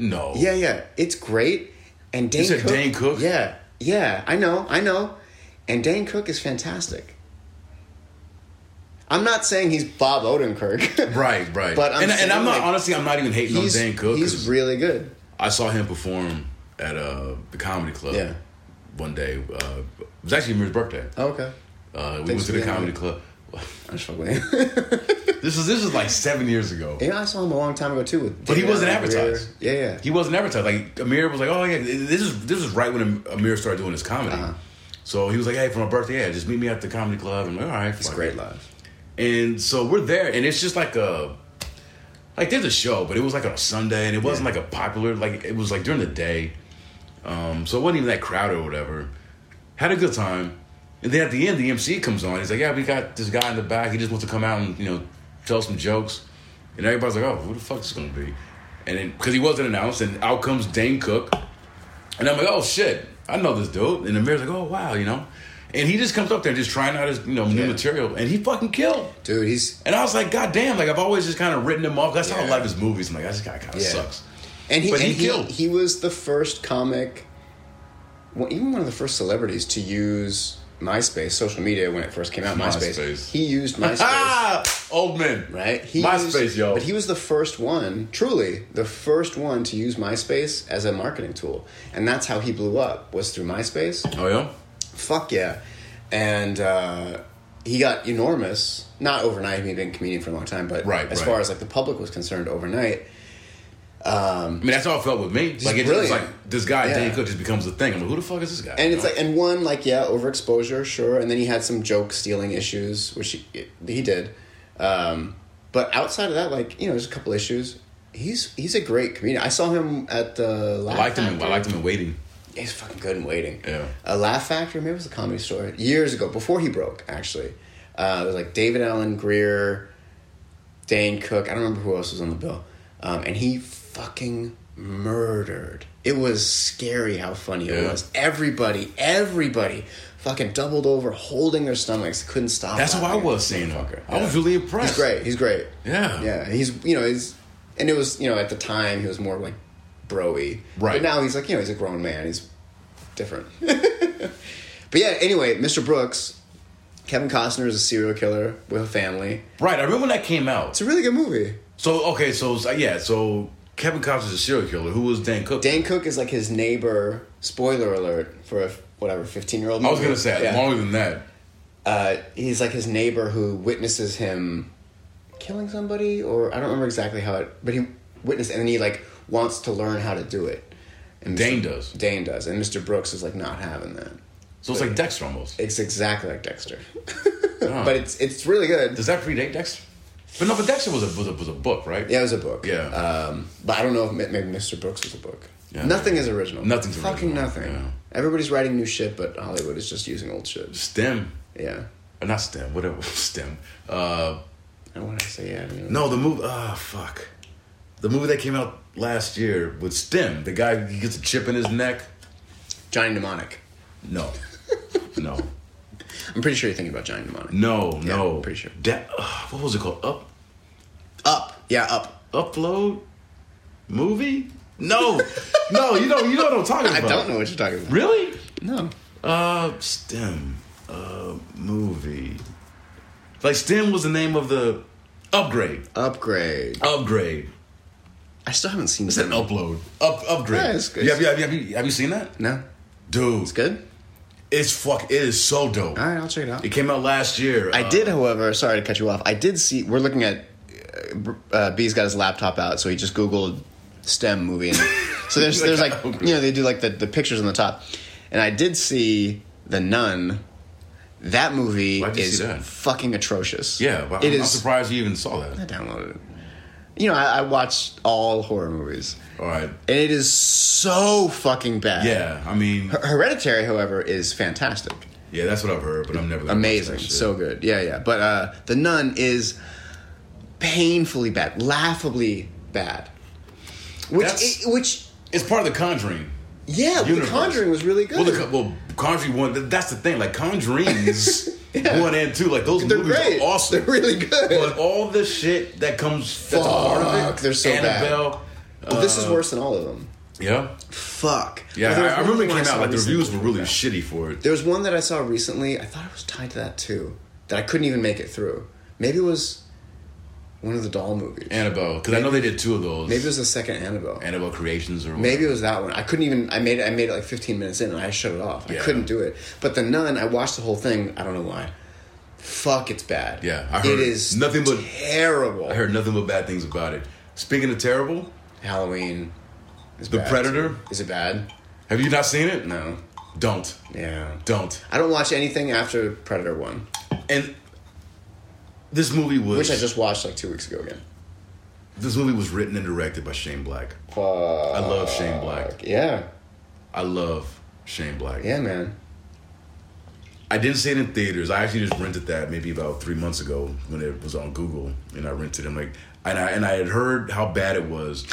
A: No.
B: yeah yeah it's great and Dane
A: said
B: Cook
A: Dane Cook?
B: yeah yeah I know I know and Dane Cook is fantastic I'm not saying he's Bob Odenkirk [LAUGHS]
A: Right, right.
B: But I'm
A: and, and I'm not
B: saying, like,
A: honestly, I'm not even hating on
B: he's,
A: Dane Cook.
B: he's
A: 'cause
B: really good
A: I saw him perform at uh, the comedy club.
B: Yeah.
A: One day, uh, it was actually Mir's birthday.
B: Oh, okay
A: Uh, we went
B: Thanks
A: to
B: for
A: the
B: being
A: comedy
B: here.
A: club. [LAUGHS]
B: I just fuck with him.
A: This is this is like seven years ago.
B: yeah, I saw him a long time ago too. With
A: But he
B: David
A: wasn't
B: Allen Greer.
A: advertised.
B: Yeah, yeah.
A: He wasn't advertised. Like Amir was like, "Oh yeah, this is this is right when Am- Amir started doing his comedy."
B: Uh-huh.
A: So he was like, "Hey, for my birthday, yeah, just meet me at the comedy club." And I'm like, "All right,
B: He's
A: fuck
B: great
A: it."
B: live.
A: And so we're there, and it's just like a like there's a show, but it was like on a Sunday, and it wasn't
B: Yeah.
A: like a popular like it was like during the day, um, so it wasn't even that crowded or whatever. Had a good time, and then at the end, the MC comes on. He's like, "Yeah, we got this guy in the back. He just wants to come out and you know tell some jokes," and everybody's like, "Oh, who the fuck is this gonna be?" And then because he wasn't announced, and out comes Dane Cook, and I'm like, "Oh shit, I know this dude." And the mayor's like, "Oh wow, you know," and he just comes up there just trying out his you know new
B: Yeah.
A: material, and he fucking killed.
B: Dude, he's
A: And I was like, God damn, like I've always just kind of written him off. That's how a
B: Yeah.
A: lot of his movies. I'm like, this guy kind of
B: Yeah.
A: sucks.
B: and he
A: But he
B: and he,
A: killed.
B: he was the first comic, well, even one of the first celebrities to use MySpace social media when it first came out. MySpace.
A: MySpace. [LAUGHS]
B: He used MySpace.
A: Ah, old men.
B: Right, he
A: MySpace,
B: used,
A: yo.
B: But he was the first one, truly the first one to use MySpace as a marketing tool, and that's how he blew up was through MySpace.
A: Oh yeah.
B: Fuck yeah. And uh, he got enormous, not overnight, he'd been a comedian for a long time, but
A: Right,
B: as
A: right.
B: far as like the public was concerned overnight,
A: I mean, that's how it felt with me. like, it just was
B: brilliant.
A: like this guy
B: Yeah.
A: Dane Cook just becomes a thing. I'm like, who the fuck is this guy?
B: and
A: You
B: it's
A: know?
B: like and one like yeah overexposure sure and then he had some joke stealing issues which he, he did um, but outside of that like you know there's a couple issues he's he's a great comedian i saw him at the
A: I
B: laugh
A: liked him. In, I
B: Factory.
A: liked him in Waiting.
B: he's fucking good in waiting
A: Yeah.
B: a laugh factory maybe it was a comedy store years ago before he broke actually uh, it was like david allen greer dane cook i don't remember who else was on the bill um, and he fucking murdered it was scary how funny it
A: Yeah.
B: was everybody everybody fucking doubled over holding their stomachs couldn't stop
A: That's how I
B: laughing.
A: was seeing him.
B: Motherfucker.
A: I was
B: Yeah.
A: really impressed.
B: he's great he's great
A: Yeah.
B: yeah he's you know he's and it was you know at the time he was more like broy
A: Right.
B: but now he's like you know he's a grown man he's different. [LAUGHS] but yeah, anyway, Mr. Brooks, Kevin Costner is a serial killer with a family.
A: Right. I remember when that came out.
B: It's a really good movie.
A: So okay. So so, yeah. So Kevin Costner's a serial killer. Who was Dane Cook?
B: Dan Cook is like his neighbor. Spoiler alert for a whatever fifteen year old.
A: I was gonna say longer than that.
B: uh, he's like his neighbor who witnesses him killing somebody, or I don't remember exactly how it, but he witnessed and then he like wants to learn how to do it. And Mr.
A: Dane does.
B: Dane does, and Mr. Brooks is like not having that.
A: So it's like Dexter almost.
B: It's exactly
A: [LAUGHS]
B: like Dexter, but it's it's really good.
A: Does that predate Dexter? But no, but Dexter was a was a, was a book, right?
B: Yeah, it was a book.
A: Yeah.
B: Um, but I don't know if ma- maybe Mr. Brooks was a book.
A: Yeah.
B: Nothing is original.
A: Nothing's
B: Fucking
A: original,
B: nothing.
A: yeah.
B: Everybody's writing new shit, but Hollywood is just using old shit.
A: STEM.
B: Yeah.
A: Uh, not STEM, whatever [LAUGHS] STEM. Uh,
B: I don't want to say yeah. I mean,
A: no, the movie. Ah, fuck. The movie that came out last year with STEM, the guy he gets a chip in his neck.
B: Johnny Mnemonic.
A: [LAUGHS] No, no,
B: I'm pretty sure you're thinking about Johnny Mnemonic.
A: no, no.
B: I'm pretty sure.
A: Da- ugh, what was it called? Up,
B: Up. Yeah, up.
A: upload, movie? No, no. You know, you know what I'm [LAUGHS] talking
B: I
A: about.
B: don't know what you're talking about.
A: Really?
B: No.
A: Uh, STEM. Uh, movie. Like STEM was the name of the upgrade.
B: Upgrade.
A: Upgrade.
B: I still haven't seen
A: It's an upload. Up upgrade.
B: Yeah, it's good.
A: You have, you have, you have, you, have you seen that?
B: No.
A: Dude,
B: It's good?
A: it's fuck. It is so dope.
B: All right, I'll check it out.
A: It came out last year.
B: I
A: Uh,
B: did, however, sorry to cut you off. I did see we're looking at uh, uh, B's got his laptop out, so he just googled STEM movie.
A: [LAUGHS]
B: And so there's there's like you know they do like the, the pictures on the top, and I did see the Nun. That movie
A: Why'd you
B: is
A: see that?
B: fucking atrocious.
A: Yeah, but
B: it
A: I'm, I'm
B: is-
A: surprised you even saw that.
B: I downloaded it. You know, I, I watched all horror movies,
A: All right.
B: and it is so fucking bad.
A: Yeah, I mean,
B: Hereditary, however, is fantastic.
A: yeah, that's what I've heard, but I'm never gonna watch
B: amazing
A: that shit.
B: so good yeah yeah but uh the nun is painfully bad laughably bad which
A: That's-
B: it- which
A: it's part of the Conjuring.
B: yeah
A: universe.
B: the conjuring was really
A: Well,
B: good
A: the, Con- well, Conjuring one. th- That's the thing. Like Conjuring
B: [LAUGHS]
A: is one and two. Like those
B: they're
A: movies
B: great
A: are awesome.
B: they're really good
A: But all the shit that comes that's a part of
B: Fuck,
A: it.
B: they're so bad.
A: Annabelle.
B: Well, this is
A: uh,
B: worse than all of them
A: Yeah.
B: fuck
A: Yeah,
B: But there
A: I,
B: was
A: I
B: one
A: remember it
B: that
A: came
B: saw
A: out. Like the
B: recently-
A: reviews were really shitty for it.
B: there was one that i saw recently i thought it was tied to that too that i couldn't even make it through maybe it was one of the doll movies
A: Annabelle, because I know they did two of those.
B: maybe it was the second annabelle
A: Annabelle Creations or
B: Maybe it was that one. I couldn't even. I made it. I made it like 15 minutes in, and I shut it off.
A: Yeah.
B: I couldn't do it. But the nun, I watched the whole thing. I don't know why. Fuck, it's bad.
A: Yeah, I heard
B: it is
A: nothing but-
B: terrible.
A: I heard nothing but bad things about it. Speaking of terrible,
B: Halloween. Is
A: The
B: bad,
A: Predator?
B: too. Is it bad?
A: have you not seen it?
B: No.
A: Don't.
B: Yeah.
A: Don't.
B: I don't watch anything after Predator One,
A: And this movie was
B: which I just watched like two weeks ago again.
A: this movie was written and directed by Shane Black.
B: Fuck.
A: I love Shane Black.
B: Yeah.
A: I love Shane Black.
B: Yeah, man.
A: I didn't see it in theaters. I actually just rented that maybe about three months ago when it was on Google, and I rented. it. I'm like, and I and I had heard how bad it
B: [LAUGHS]
A: was,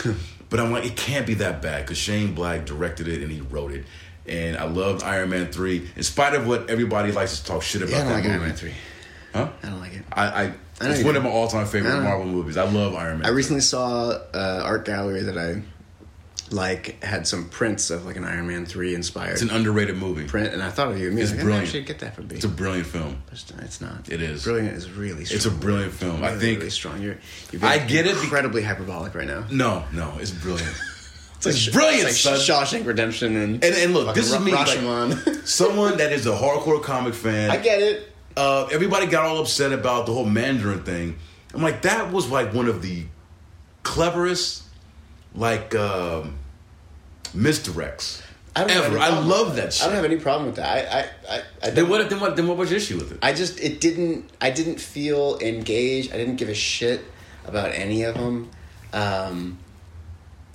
A: but I'm like, it can't be that bad because Shane Black directed it and he wrote it, and I loved Iron Man three in spite of what everybody likes to talk shit about.
B: Yeah, I don't
A: that
B: like
A: movie.
B: Iron Man three.
A: huh?
B: I don't like it.
A: I, I,
B: I know
A: it's
B: you
A: one
B: do.
A: of my all time
B: I
A: favorite
B: know.
A: Marvel movies. I love Iron Man.
B: I recently saw uh, art gallery that I like had some prints of like an Iron Man three inspired
A: it's an underrated movie.
B: print, and I thought of you. It's like,
A: brilliant.
B: I should get that for me.
A: It's a brilliant film.
B: It's, it's not.
A: It is.
B: Brilliant is really. Strong.
A: It's a brilliant film. I
B: Really,
A: think.
B: really strong. You're. You've
A: I get it be-
B: Incredibly hyperbolic right now.
A: No, no, it's
B: [LAUGHS]
A: brilliant. it's,
B: Sh-
A: brilliant,
B: it's
A: son.
B: like Shawshank Redemption and
A: And- and look,
B: fucking
A: this is me, like- [LAUGHS]
B: Rashomon.
A: Someone that is a hardcore comic fan.
B: I get it.
A: uh, everybody got all upset about the whole Mandarin thing. I'm like, that was like one of the cleverest, like, um, misdirects
B: I don't have
A: ever.
B: any
A: I
B: problem
A: love
B: with
A: that
B: I
A: shit.
B: don't have any problem with that. I I I, I
A: then
B: don't,
A: what? Then what? Then what was your issue with it?
B: I just it didn't I didn't feel engaged. I didn't give a shit about any of them. Um,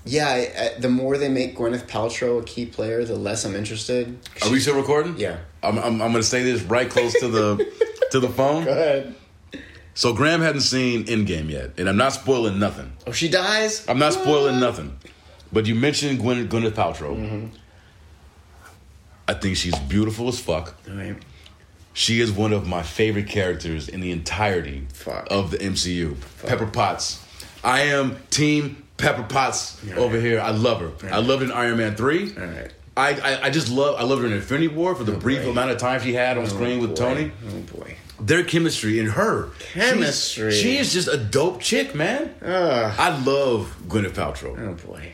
B: yeah, I, I, the more they make Gwyneth Paltrow a key player, the less I'm interested.
A: Are [LAUGHS] we still recording?
B: Yeah.
A: I'm, I'm, I'm going to say this right close to the to the
B: Go
A: phone.
B: ahead.
A: So Graham hadn't seen Endgame yet, and I'm not spoiling nothing.
B: Oh, she dies.
A: I'm not spoiling nothing. But you mentioned Gwyneth, Gwyneth Paltrow. I think she's beautiful as fuck.
B: All right.
A: She is one of my favorite characters in the entirety
B: Fuck.
A: of the MCU. Pepper Potts. I am Team Pepper Potts over
B: Alright.
A: here. I love her. I loved her in Iron Man 3.
B: Alright.
A: I, I, I just love I loved her in Infinity War for the brief
B: boy.
A: amount of time she had on screen with
B: Boy.
A: Tony.
B: Oh boy.
A: Their chemistry and her She's-
B: Chemistry.
A: she is just a dope chick, man.
B: Ugh.
A: I love Gwyneth Paltrow
B: Oh boy.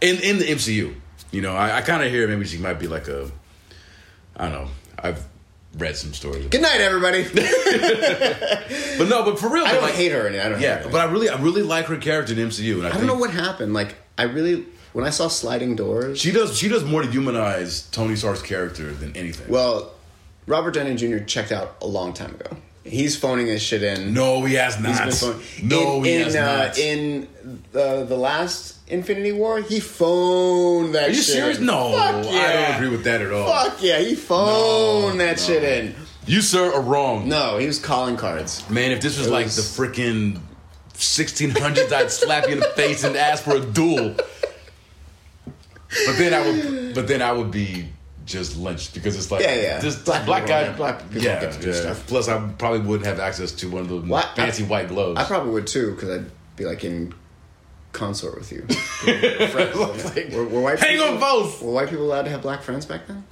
A: in in the MCU. You know, I, I kind of hear maybe she might be like a, I don't know. I've read some stories,
B: Good night, everybody.
A: but no, but for real,
B: [LAUGHS] I
A: but
B: don't
A: like-
B: hate her, and I don't. hate
A: Yeah,
B: her.
A: but I really, I really like her character in MCU, and I,
B: I don't know what happened. Like I really when I saw sliding doors.
A: she does. She does more to humanize Tony Stark's character than anything.
B: well, Robert Downey Jr. checked out a long time ago. He's phoning his shit in.
A: no, he has
B: He's
A: not.
B: been phoning-
A: No,
B: in,
A: he
B: in,
A: has
B: uh,
A: not.
B: In the the last Infinity War, he phoned that.
A: Are you
B: shit
A: serious?
B: in.
A: No,
B: Fuck yeah.
A: I don't agree with that at all.
B: Fuck yeah, he phoned that
A: no.
B: shit in.
A: You sir are wrong,
B: No, he was calling cards.
A: man. If this was,
B: It
A: like
B: was-
A: the freaking 1600s, I'd slap you in the face and ask for a duel. But then I would, but then I would be just lynched because it's like
B: Yeah, yeah.
A: this this
B: Black
A: black,
B: people
A: guy,
B: don't- black people
A: yeah,
B: don't get to do
A: yeah.
B: stuff.
A: Plus, I probably wouldn't have access to one of those
B: Well, I-
A: fancy white gloves.
B: I probably would too, because I'd be like in consort with
A: [LAUGHS]
B: you.
A: Like,
B: Were, were white
A: Hang
B: people,
A: on both.
B: Were white people allowed to have black friends back then?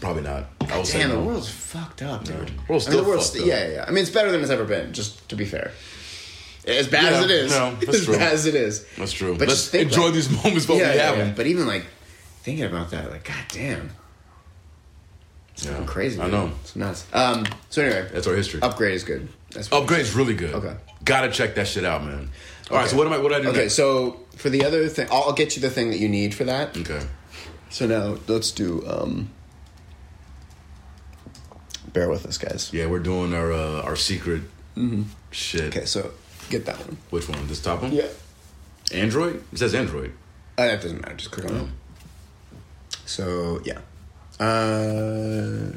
A: Probably not. I would say
B: Damn, the
A: no.
B: world's fucked up, dude.
A: World's
B: I mean,
A: still
B: the world's
A: fucked up.
B: Yeah, yeah, yeah. I mean, it's better than it's ever been. Just to be fair, as bad
A: Yeah,
B: as it is, [LAUGHS]
A: no, that's
B: as
A: true.
B: bad as it is,
A: That's true.
B: But
A: Let's
B: just think,
A: enjoy
B: like-
A: these [LAUGHS] moments while
B: yeah,
A: we
B: yeah,
A: have
B: yeah.
A: them.
B: But even like thinking about that, like, goddamn, it's
A: Yeah.
B: fucking crazy.
A: I
B: dude.
A: know.
B: it's nuts. Um. So anyway,
A: That's Oh, our history.
B: upgrade is good. That's what-
A: Upgrade's really good.
B: Okay.
A: Gotta check that shit out, man. All right.
B: Okay.
A: So what am I? What do I do?
B: Okay,
A: next?
B: so for the other thing, I'll, I'll get you the thing that you need for that.
A: Okay.
B: So now let's do. um Bear with us, guys.
A: Yeah, we're doing our uh, our secret Mm-hmm. shit.
B: Okay, so get that one.
A: Which one? This top one?
B: Yeah.
A: Android? It says Android.
B: Uh, that doesn't matter. Just click on it. So yeah. Uh,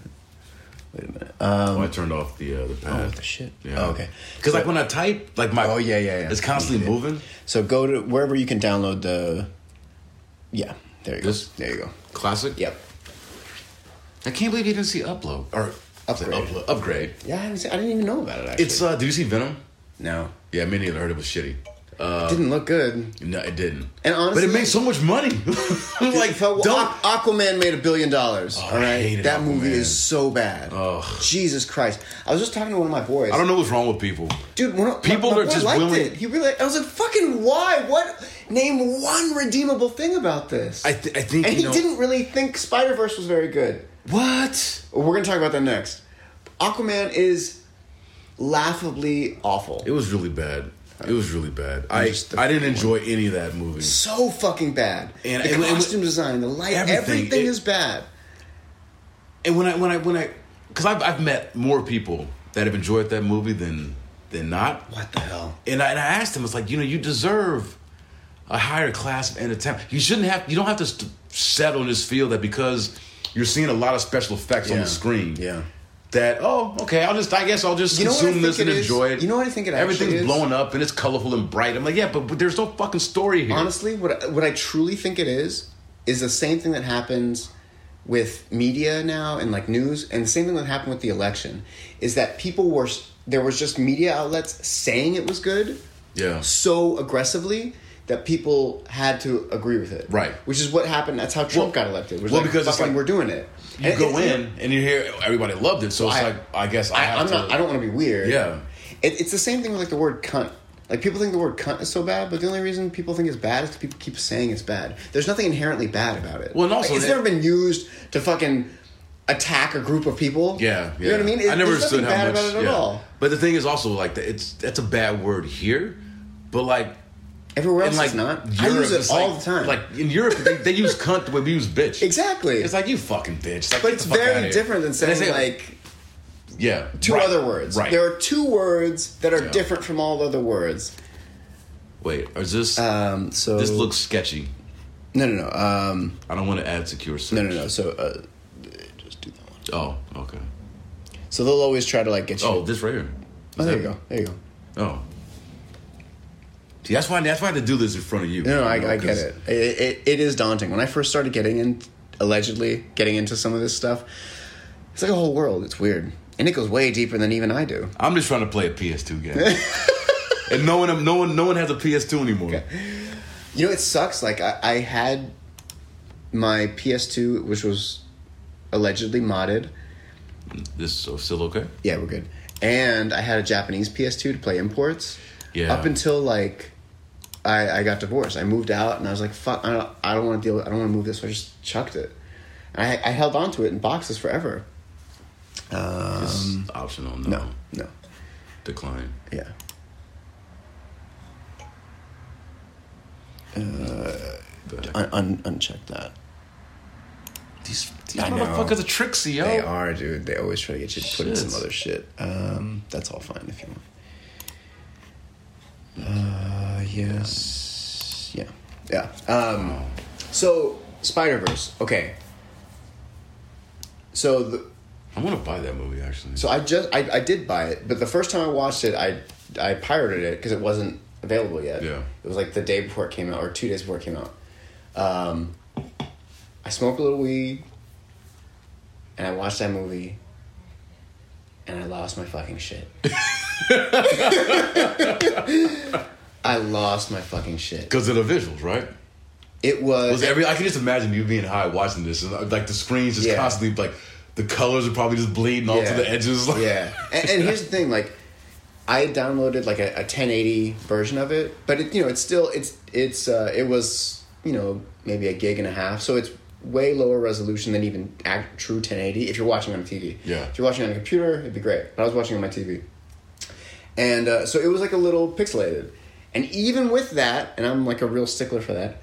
B: wait a minute. Um,
A: Oh, I turned off the uh, the pad.
B: the shit.
A: Yeah.
B: Oh, okay.
A: Because like when I type, like my
B: Oh, yeah, yeah, yeah.
A: it's constantly
B: Yeah.
A: moving.
B: so go to wherever you can download the. Yeah. There you go.
A: This?
B: There you go.
A: Classic.
B: Yep.
A: I can't believe you didn't see upload or
B: Upgrade.
A: Upload. Upgrade.
B: Yeah, I, haven't seen- I didn't even know about it. Actually.
A: It's uh. Did you see Venom?
B: no.
A: Yeah, me neither. I heard it was shitty.
B: it didn't look good.
A: No, it didn't.
B: And honestly-
A: but it made so much money. [LAUGHS] I'm like,
B: Well,
A: don't.
B: uh,
A: Oh,
B: Aqu- Aquaman made a billion dollars. all
A: I
B: right,
A: hated
B: that movie
A: Aquaman.
B: is so bad.
A: Ugh.
B: Jesus Christ! I was just talking to one of my boys.
A: I don't know what's wrong with people.
B: Dude, when,
A: People
B: my, my
A: are
B: boy
A: just
B: liked
A: willing-
B: It. He really, I was like, fucking why? What? Name one redeemable thing about this.
A: I, th- I think
B: and
A: you
B: he
A: know-
B: didn't really think Spider Verse was very good.
A: What?
B: We're gonna talk about that next. Aquaman is laughably awful.
A: It was really bad. It was really bad. I
B: just the
A: I didn't enjoy any of that movie.
B: so fucking bad.
A: And
B: the
A: it- it-
B: costume design, the light,
A: everything,
B: everything,
A: it-
B: is bad.
A: And when I when I when I because I've I've met more people that have enjoyed that movie than than not.
B: What the hell?
A: And I, and I asked him, it's like, you know, you deserve a higher class of entertainment. You shouldn't have, you don't have to st- settle in this field that because you're seeing a lot of special effects on
B: Yeah.
A: the screen.
B: Yeah.
A: That, oh, okay, I'll just, I guess I'll just
B: You know what I
A: consume this
B: think
A: and
B: it is?
A: enjoy it.
B: You know what I think it actually
A: Everything's
B: is?
A: blown up and it's colorful and bright. I'm like, yeah, but, but there's no fucking story here.
B: Honestly, what I, what I truly think it is is the same thing that happens with media now and like news, and the same thing that happened with the election is that people were s- there was just media outlets saying it was good
A: yeah.
B: so aggressively that people had to agree with it.
A: Right.
B: Which is what happened. That's how Trump
A: Well-
B: got elected. Was
A: well,
B: like,
A: because it's
B: fucking
A: like-
B: we're doing it.
A: You
B: And
A: go
B: it's-
A: in and you hear everybody loved it, so it's
B: I-
A: like, I guess I,
B: I,
A: have
B: I'm
A: to.
B: not. I don't want to be weird.
A: Yeah.
B: It, it's the same thing with like the word cunt. Like people think the word cunt is so bad, but the only reason people think it's bad is 'cause people keep saying it's bad. There's nothing inherently bad about it.
A: Well, and also
B: Like, it's
A: that-
B: never been used to fucking attack a group of people.
A: Yeah, yeah.
B: You know what I mean? It-
A: I never
B: there's
A: understood
B: nothing
A: how
B: bad
A: much.
B: about it at
A: yeah.
B: all.
A: But the thing is also like that it's that's a bad word here, but like
B: Everywhere else,
A: in like
B: it's not.
A: Europe,
B: I use it
A: it's
B: all
A: like-
B: the time.
A: Like in Europe, they, they use cunt the way we use bitch.
B: exactly.
A: It's like you fucking bitch. It's like,
B: but
A: get
B: it's
A: the fuck outta
B: very
A: here.
B: different than
A: And they
B: saying
A: say,
B: like
A: yeah
B: two
A: right,
B: other words.
A: Right.
B: There are two words that are
A: Yeah.
B: different from all the other words.
A: Wait, is this
B: Um, so
A: this looks sketchy?
B: no, no, no. Um,
A: I don't want to add secure search.
B: no, no, no. So uh, just do that one.
A: Oh, okay.
B: So they'll always try to like get you.
A: Oh, this right here.
B: Oh, there you go. There you go.
A: Oh. See, that's why that's why I had to do this in front of you.
B: No, no,
A: you
B: I,
A: know,
B: I get
A: 'cause-
B: it. It, it. it is daunting. When I first started getting in, allegedly getting into some of this stuff, it's like a whole world. It's weird, and it goes way deeper than even I do.
A: I'm just trying to play a PS2
B: [LAUGHS]
A: game. and no one, no one, no one has a PS2 anymore.
B: You know, it sucks. Like I, I had my PS2, which was allegedly modded.
A: This is so- still okay.
B: Yeah, we're good. And I had a Japanese PS2 to play imports.
A: Yeah.
B: Up until like I, I got divorced, I moved out, and I was like, "Fuck, I don't, I don't want to deal. With, I don't want to move this." So I just chucked it. And I, I held on to it in boxes forever.
A: It's
B: Um,
A: optional. No,
B: no, no,
A: decline.
B: yeah.
A: But-
B: Uh, Un, un, uncheck that.
A: These, these
B: I know.
A: motherfuckers are tricksy, yo.
B: They are, dude. They always try to get you to put in
A: E Shit.
B: some other shit. Um, that's all fine if you want. Uh, yes. Yeah. Yeah. Um, so, Spider Verse. Okay. So, the,
A: I want to buy that movie actually.
B: so I just I, I did buy it, but the first time I watched it, I I pirated it because it wasn't available yet.
A: Yeah.
B: It was like the day before it came out, or two days before it came out. Um, I smoked a little weed, and I watched that movie, and I lost my
A: [LAUGHS]
B: fucking shit. I lost my fucking shit.
A: because of the visuals, right?
B: It was,
A: Was every I can just imagine you being high watching this, and like the screens just
B: Yeah.
A: constantly like the colors are probably just bleeding all to
B: Yeah.
A: the edges. [LAUGHS] Like,
B: yeah. And, and here's the thing, like, I had downloaded like a, a 1080 version of it, but it, you know, it's still it's it's uh, it was you know maybe a gig and a half, so it's way lower resolution than even act, true 1080 if you're watching on a TV.
A: Yeah.
B: If you're watching on a computer, it'd be great. But I was watching on my TV, and uh, so it was like a little pixelated, and even with that, and I'm like a real stickler for that,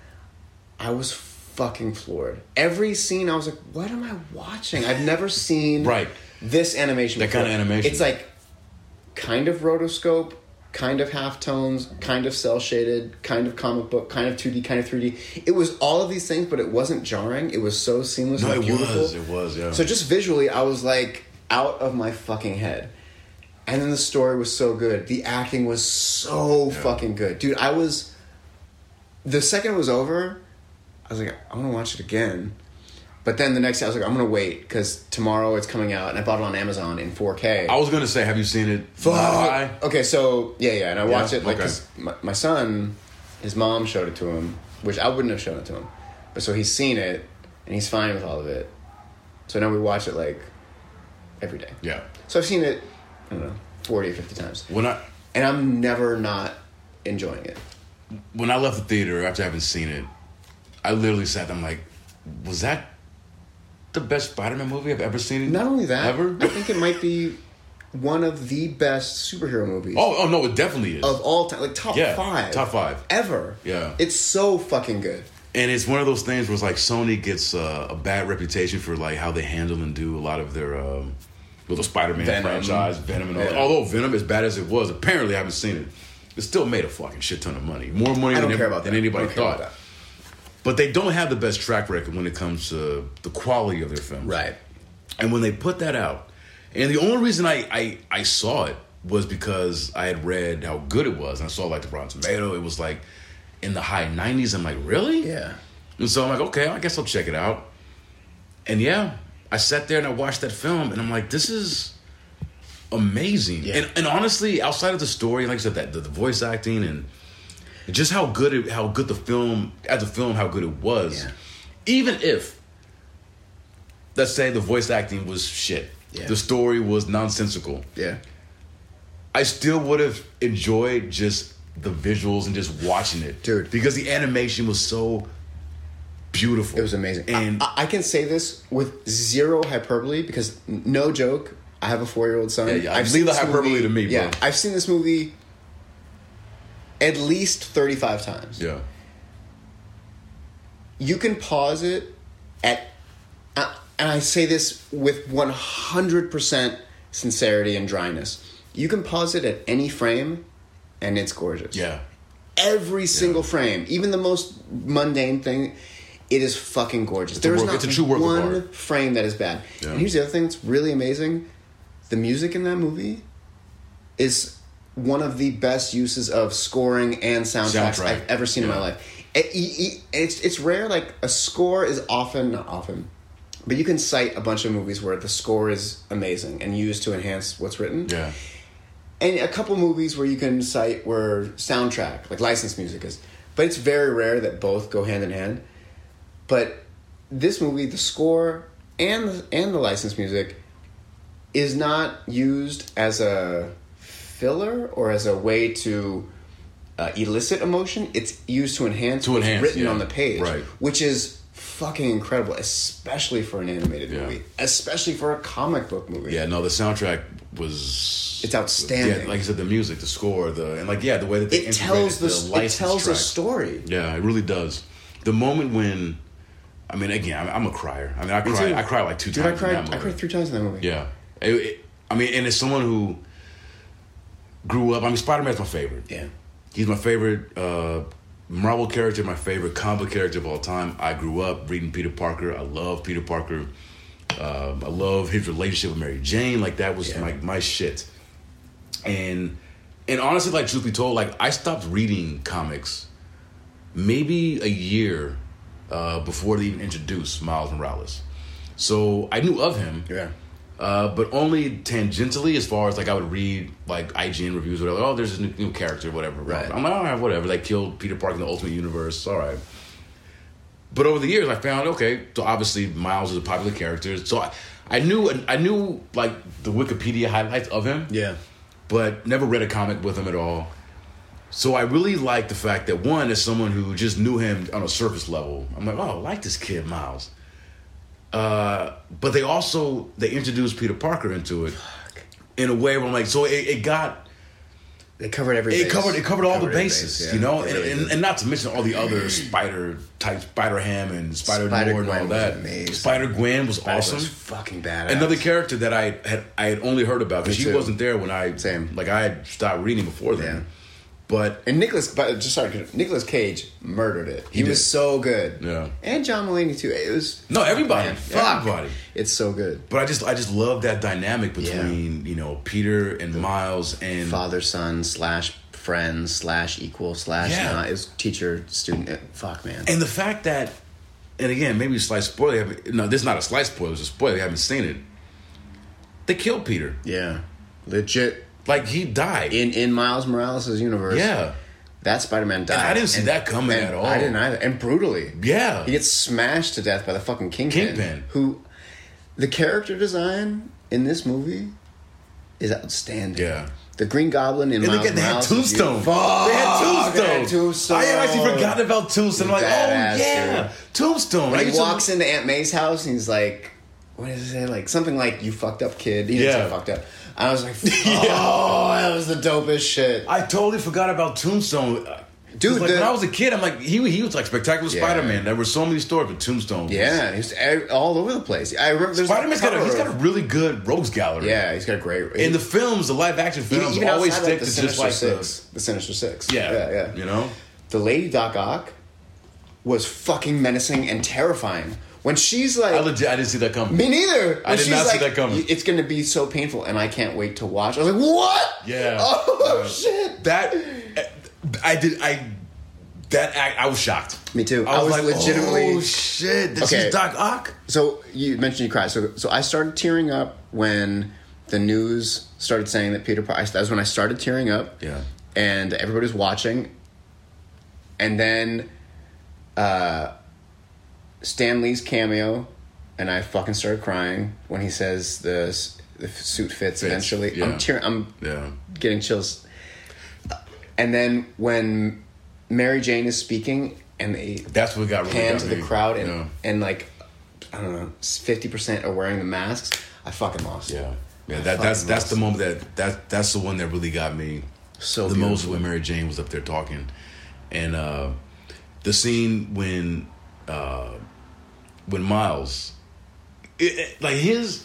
B: I was. Fucking floored. Every scene, I was like, "What am I watching? I've
A: [LAUGHS]
B: never seen
A: Right.
B: this animation
A: That kind of animation.
B: it's like kind of rotoscope, kind of half tones, kind of cell shaded, kind of comic book, kind of 2D, kind of 3D. It was all of these things, but it wasn't jarring. It was so seamless
A: no,
B: and
A: it
B: beautiful.
A: was, it was, yeah.
B: So just visually, I was like out of my fucking head. And then the story was so good. The acting was so fucking good. Dude, I was. The second it was over, I was like, I want to watch it again. But then the next day, I was like, I'm going to wait because tomorrow it's coming out. And I bought it on Amazon in 4K.
A: I was gonna say, have you seen it?
B: Fuck.
A: Not high?
B: Okay, so yeah, yeah, and I watched it like
A: okay.
B: 'cause my, my son, his mom showed it to him, which I wouldn't have shown it to him, but so he's seen it and he's fine with all of it. So now we watch it like every day.
A: Yeah.
B: So I've seen it, I don't know, forty or fifty times,
A: When I
B: and I'm never not enjoying it.
A: when I left the theater after having seen it, I literally sat there. I'm like, was that the best Spider-Man movie I've ever seen.
B: Not only that,
A: ever.
B: I think it might be one of the best superhero movies
A: oh, oh no, it definitely is.
B: of all time, like top
A: Yeah,
B: five,
A: top five.
B: ever.
A: Yeah.
B: it's so fucking good.
A: and it's one of those things where it's like Sony gets uh, a bad reputation for like how they handle and do a lot of their um, little Spider-Man
B: Venom.
A: franchise, Venom, and all. that.
B: Yeah.
A: Although Venom, as bad as it was, apparently I haven't seen it. It still made a fucking shit ton of money, more money
B: I
A: than,
B: don't
A: ev-
B: care about
A: than
B: that.
A: anybody
B: I don't care about
A: thought.
B: that.
A: But they don't have the best track record when it comes to the quality of their films.
B: Right.
A: And when they put that out, and the only reason I, I, I saw it was because I had read how good it was. And I saw like the Rotten Tomato. It was like in the high 90s. I'm like, really?
B: Yeah.
A: And so I'm like, okay, I guess I'll check it out. And yeah, I sat there and I watched that film and I'm like, this is amazing.
B: Yeah.
A: And, and honestly, outside of the story, like I said, that the, the voice acting and just how good it, how good the film as a film, how good it was.
B: Yeah.
A: Even if let's say the voice acting was shit,
B: Yeah.
A: the story was nonsensical.
B: Yeah.
A: I still would have enjoyed just the visuals and just watching it,
B: Dude.
A: Because the animation was so beautiful.
B: It was amazing.
A: and
B: And I, I can say this with zero hyperbole because n- no joke, I have a four year old son.
A: Yeah, yeah, leave the
B: this
A: hyperbole
B: movie-
A: to me, bro.
B: Yeah, I've seen this movie at least 35 times.
A: yeah,
B: You can pause it at, uh, and I say this with 100% sincerity and dryness. You can pause it at any frame and it's gorgeous
A: yeah,
B: every single frame, even the most mundane thing, it is fucking gorgeous.
A: a
B: There is
A: work-
B: not
A: it's a true work of
B: one
A: art.
B: frame that is bad.
A: Yeah.
B: And here's the other thing that's really amazing: the music in that movie is one of the best uses of scoring and soundtracks
A: Soundtrack.
B: I've ever seen in
A: Yeah.
B: my life. It- it- it's it's rare. Like a score is often not often. But you can cite a bunch of movies where the score is amazing and used to enhance what's written
A: yeah.
B: and a couple movies where you can cite where soundtrack like licensed music is but it's very rare that both go hand in hand but this movie the score and the, and the licensed music is not used as a filler or as a way to uh, elicit emotion it's used to enhance
A: To
B: what's
A: enhance,
B: written
A: yeah.
B: on the page
A: Right.
B: which is fucking incredible especially for an animated
A: Yeah.
B: movie especially for a comic book movie
A: Yeah, no, the soundtrack was
B: It's outstanding.
A: Yeah, like I said, the music, the score, the and like yeah, the way that they
B: it
A: integrated
B: tells the, s- it
A: license
B: tells a
A: track.
B: story.
A: Yeah, it really does. The moment when, I mean, again, I'm, I'm a crier. I mean, I cry.
B: too.
A: I cry like two
B: Dude, I
A: times. in that
B: cried. I
A: movie.
B: cried three times in that movie.
A: Yeah. It- it- I mean, and as someone who grew up, I mean, Spider Man's my favorite.
B: yeah,
A: He's my favorite uh, Marvel character, my favorite comic character of all time. I grew up reading Peter Parker. I love Peter Parker. Um, I love his relationship with Mary Jane. Like, that was
B: Yeah.
A: my, my shit. And and honestly, like, truth be told, like, I stopped reading comics maybe a year uh, before they even introduced Miles Morales. So I knew of him.
B: yeah,
A: Uh, but only tangentially as far as like I would read like IGN reviews or whatever. Oh, there's this new, new character, whatever.
B: Right.
A: I'm like, all right, whatever. They killed Peter Parker in the Ultimate Universe. All right. But over the years, I found okay. So obviously, Miles is a popular character. So I, I knew I knew like the Wikipedia highlights of him
B: yeah.
A: but never read a comic with him at all. So I really like the fact that one, as someone who just knew him on a surface level, I'm like, oh, I like this kid, Miles. Uh, but they also they introduced Peter Parker into it in a way where I'm like, so it, it got
B: They covered every.
A: it
B: base.
A: covered it covered all the
B: every
A: bases,
B: base, yeah.
A: you know, and,
B: It really
A: and,
B: did.
A: and not to mention all the
B: [CLEARS THROAT]
A: other Spider type Spider Ham and Spider Noir and
B: Spider-Gwen
A: all
B: was
A: that.
B: amazing.
A: Spider Gwen was
B: That
A: awesome
B: was fucking badass.
A: another character that I had I had only heard about because
B: Me
A: she
B: too.
A: wasn't there when I
B: Same.
A: like I had stopped reading before then.
B: Yeah.
A: But
B: And Nicholas, but just sorry, Nicholas Cage murdered it. He,
A: did.
B: was so good.
A: Yeah.
B: and John Mulaney too. It was
A: No, everybody.
B: Man, fuck.
A: Everybody.
B: It's so good.
A: but I just I just love that dynamic between you know Peter and Miles and
B: Father son slash friend slash equal slash
A: Yeah.
B: nah, it was teacher student. It, fuck man.
A: and the fact that and again maybe a slight spoiler. I haven't- No, this is not a slight spoiler. It's a spoiler. You haven't seen it. They killed Peter.
B: yeah, legit.
A: Like he died.
B: In in Miles Morales' universe.
A: yeah.
B: That Spider Man died.
A: I didn't see that coming
B: and
A: at all.
B: I didn't either. And brutally.
A: Yeah.
B: He gets smashed to death by the fucking Kingpin.
A: Kingpin.
B: Who the character design in this movie is outstanding.
A: Yeah.
B: The Green Goblin in
A: And
B: Miles
A: look at they had
B: Morales is
A: Tombstone.
B: beautiful.
A: They had
B: They had
A: Tombstone.
B: Tombstone.
A: I had actually forgotten about Tombstone. I'm like, oh
B: Badass,
A: yeah,
B: dude.
A: Tombstone.
B: When
A: Like,
B: he
A: it's a-
B: walks into Aunt May's house and he's like, what is it like something like you fucked up kid he didn't
A: Yeah.
B: say fucked up I
A: [LAUGHS]
B: was like oh that was the dopest shit
A: I totally forgot about Tombstone. Uh,
B: Dude,
A: Like,
B: the-
A: when I was a kid, I'm like, he, he was like Spectacular
B: Yeah.
A: Spider Man. There were so many stories with Tombstone. was.
B: yeah he was e- all over the place I remember there's a
A: Spider Man's got a,
B: cover
A: he's got a
B: of-
A: really good rogues gallery.
B: yeah he's got a great
A: In the films, the live action films always
B: outside,
A: stick
B: like,
A: to just
B: Sinister
A: like
B: six the, Sinister Six
A: the. Yeah,
B: yeah yeah
A: You know?
B: the lady Doc Ock was fucking menacing and terrifying. When she's like,
A: I legit, I didn't see that coming.
B: me neither. When
A: I did
B: she's
A: not see
B: like,
A: that coming.
B: It's gonna be so painful, and I can't wait to watch. I was like, what?
A: Yeah.
B: [LAUGHS] Oh
A: Yeah.
B: shit.
A: That, I did, I, that act, I was shocked.
B: Me too. I was legitimately-
A: oh shit, this
B: Okay.
A: is Doc Ock?
B: So you mentioned you cried. So so I started tearing up when the news started saying that Peter. Parker. That's when I started tearing up.
A: Yeah.
B: And everybody was watching. And then, uh, Stan Lee's cameo, and I fucking started crying when he says the s- the f- suit fits eventually.
A: yeah.
B: I'm tearing. I'm
A: Yeah.
B: getting chills. And then when Mary Jane is speaking, and they
A: That's what got really
B: pan
A: got
B: to
A: me.
B: the crowd and
A: Yeah.
B: and like I don't know, fifty percent are wearing the masks. I fucking lost.
A: Yeah, yeah.
B: fucking
A: That, that's that's
B: lost.
A: the moment that that that's the one that really got me.
B: So
A: the most
B: beautiful.
A: when Mary Jane was up there talking, and uh, the scene when uh, when Miles, it, it- like his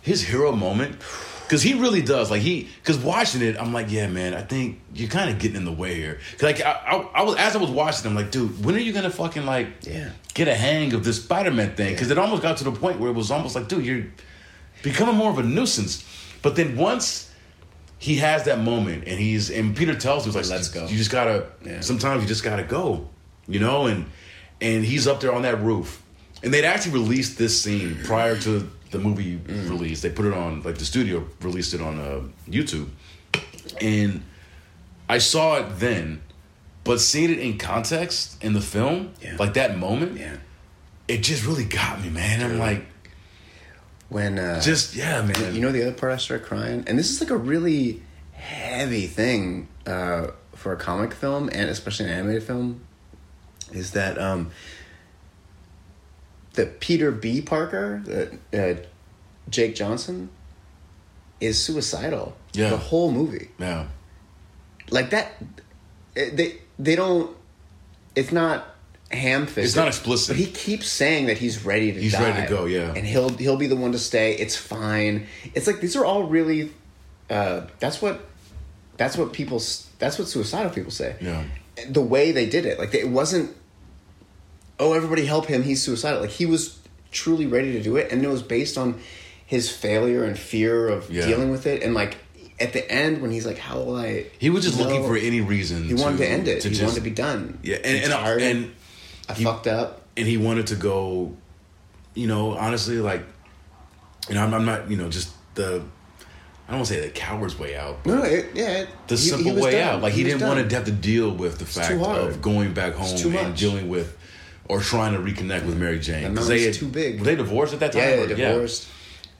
A: his hero moment, because he really does like he. Because watching it, I'm like, yeah, man, I think you're kind of getting in the way here. 'Cause, like I, I, I was as I was watching, I'm like, dude, when are you gonna fucking like
B: Yeah.
A: get a hang of this Spider Man thing? Because it almost got to the point where it was almost like, dude, you're becoming more of a nuisance. But then once he has that moment and he's and Peter tells him he's like,
B: Let's go.
A: You just gotta
B: Yeah.
A: sometimes you just gotta go. You know, and and he's up there on that roof. And they'd actually released this scene prior to the movie
B: Mm.
A: release. They put it on like the studio released it on uh, YouTube. And I saw it then, but seeing it in context in the film,
B: Yeah.
A: like that moment,
B: Yeah.
A: it just really got me, man. I'm like,
B: When uh,
A: just yeah, man.
B: you know the other part I started crying, and this is like a really heavy thing uh, for a comic film and especially an animated film, is that um, that Peter B. Parker, uh, uh, Jake Johnson, is suicidal.
A: Yeah.
B: the whole movie.
A: yeah,
B: like that it- they they don't it's not ham fisted.
A: It's not explicit.
B: But he keeps saying that he's ready to
A: He's
B: die.
A: ready to go, yeah.
B: And he'll he'll be the one to stay. It's fine. It's like these are all really uh that's what that's what people s- that's what suicidal people say.
A: Yeah.
B: The way they did it. Like it wasn't oh everybody help him he's suicidal. Like he was truly ready to do it and it was based on his failure and fear of
A: Yeah.
B: dealing with it and like at the end when he's like how will I
A: he was just
B: No.
A: looking for any reason.
B: He wanted to end it. he
A: just-
B: wanted to be done.
A: yeah,
B: He's
A: and
B: tired.
A: and, and
B: I
A: he-
B: fucked up.
A: and he wanted to go. You know, honestly, like, you know, I'm, I'm not, you know, just the. I don't want to say the coward's way out, but
B: No, no, it, yeah. It,
A: the
B: he- he
A: simple
B: was
A: way
B: done.
A: out. Like he,
B: was
A: didn't
B: done.
A: want to have to deal with the fact
B: too hard.
A: of going back home
B: too
A: and
B: much.
A: dealing with or trying to reconnect with Mary Jane.
B: The
A: 'Cause
B: mountain's
A: had-
B: too big.
A: Were they divorced at that time?
B: Yeah,
A: Or-
B: they divorced.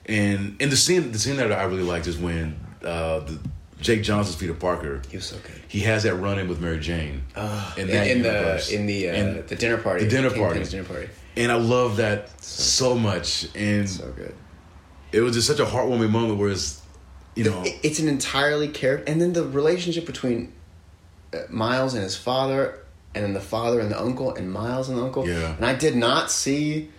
A: And and the scene the scene that I really liked is when uh, the Jake Johnson's Peter Parker.
B: He was so good.
A: He has that run in with Mary Jane. Uh,
B: In, in the in the uh, the dinner party.
A: The dinner party.
B: Kingpin's dinner party.
A: and I love that so, much. And
B: So good.
A: it was just such a heartwarming moment where it's you
B: [LAUGHS]
A: know
B: It- it's an entirely character, and then the relationship between uh, Miles and his father, and then the father and the uncle, and Miles and the uncle.
A: Yeah.
B: And I did not see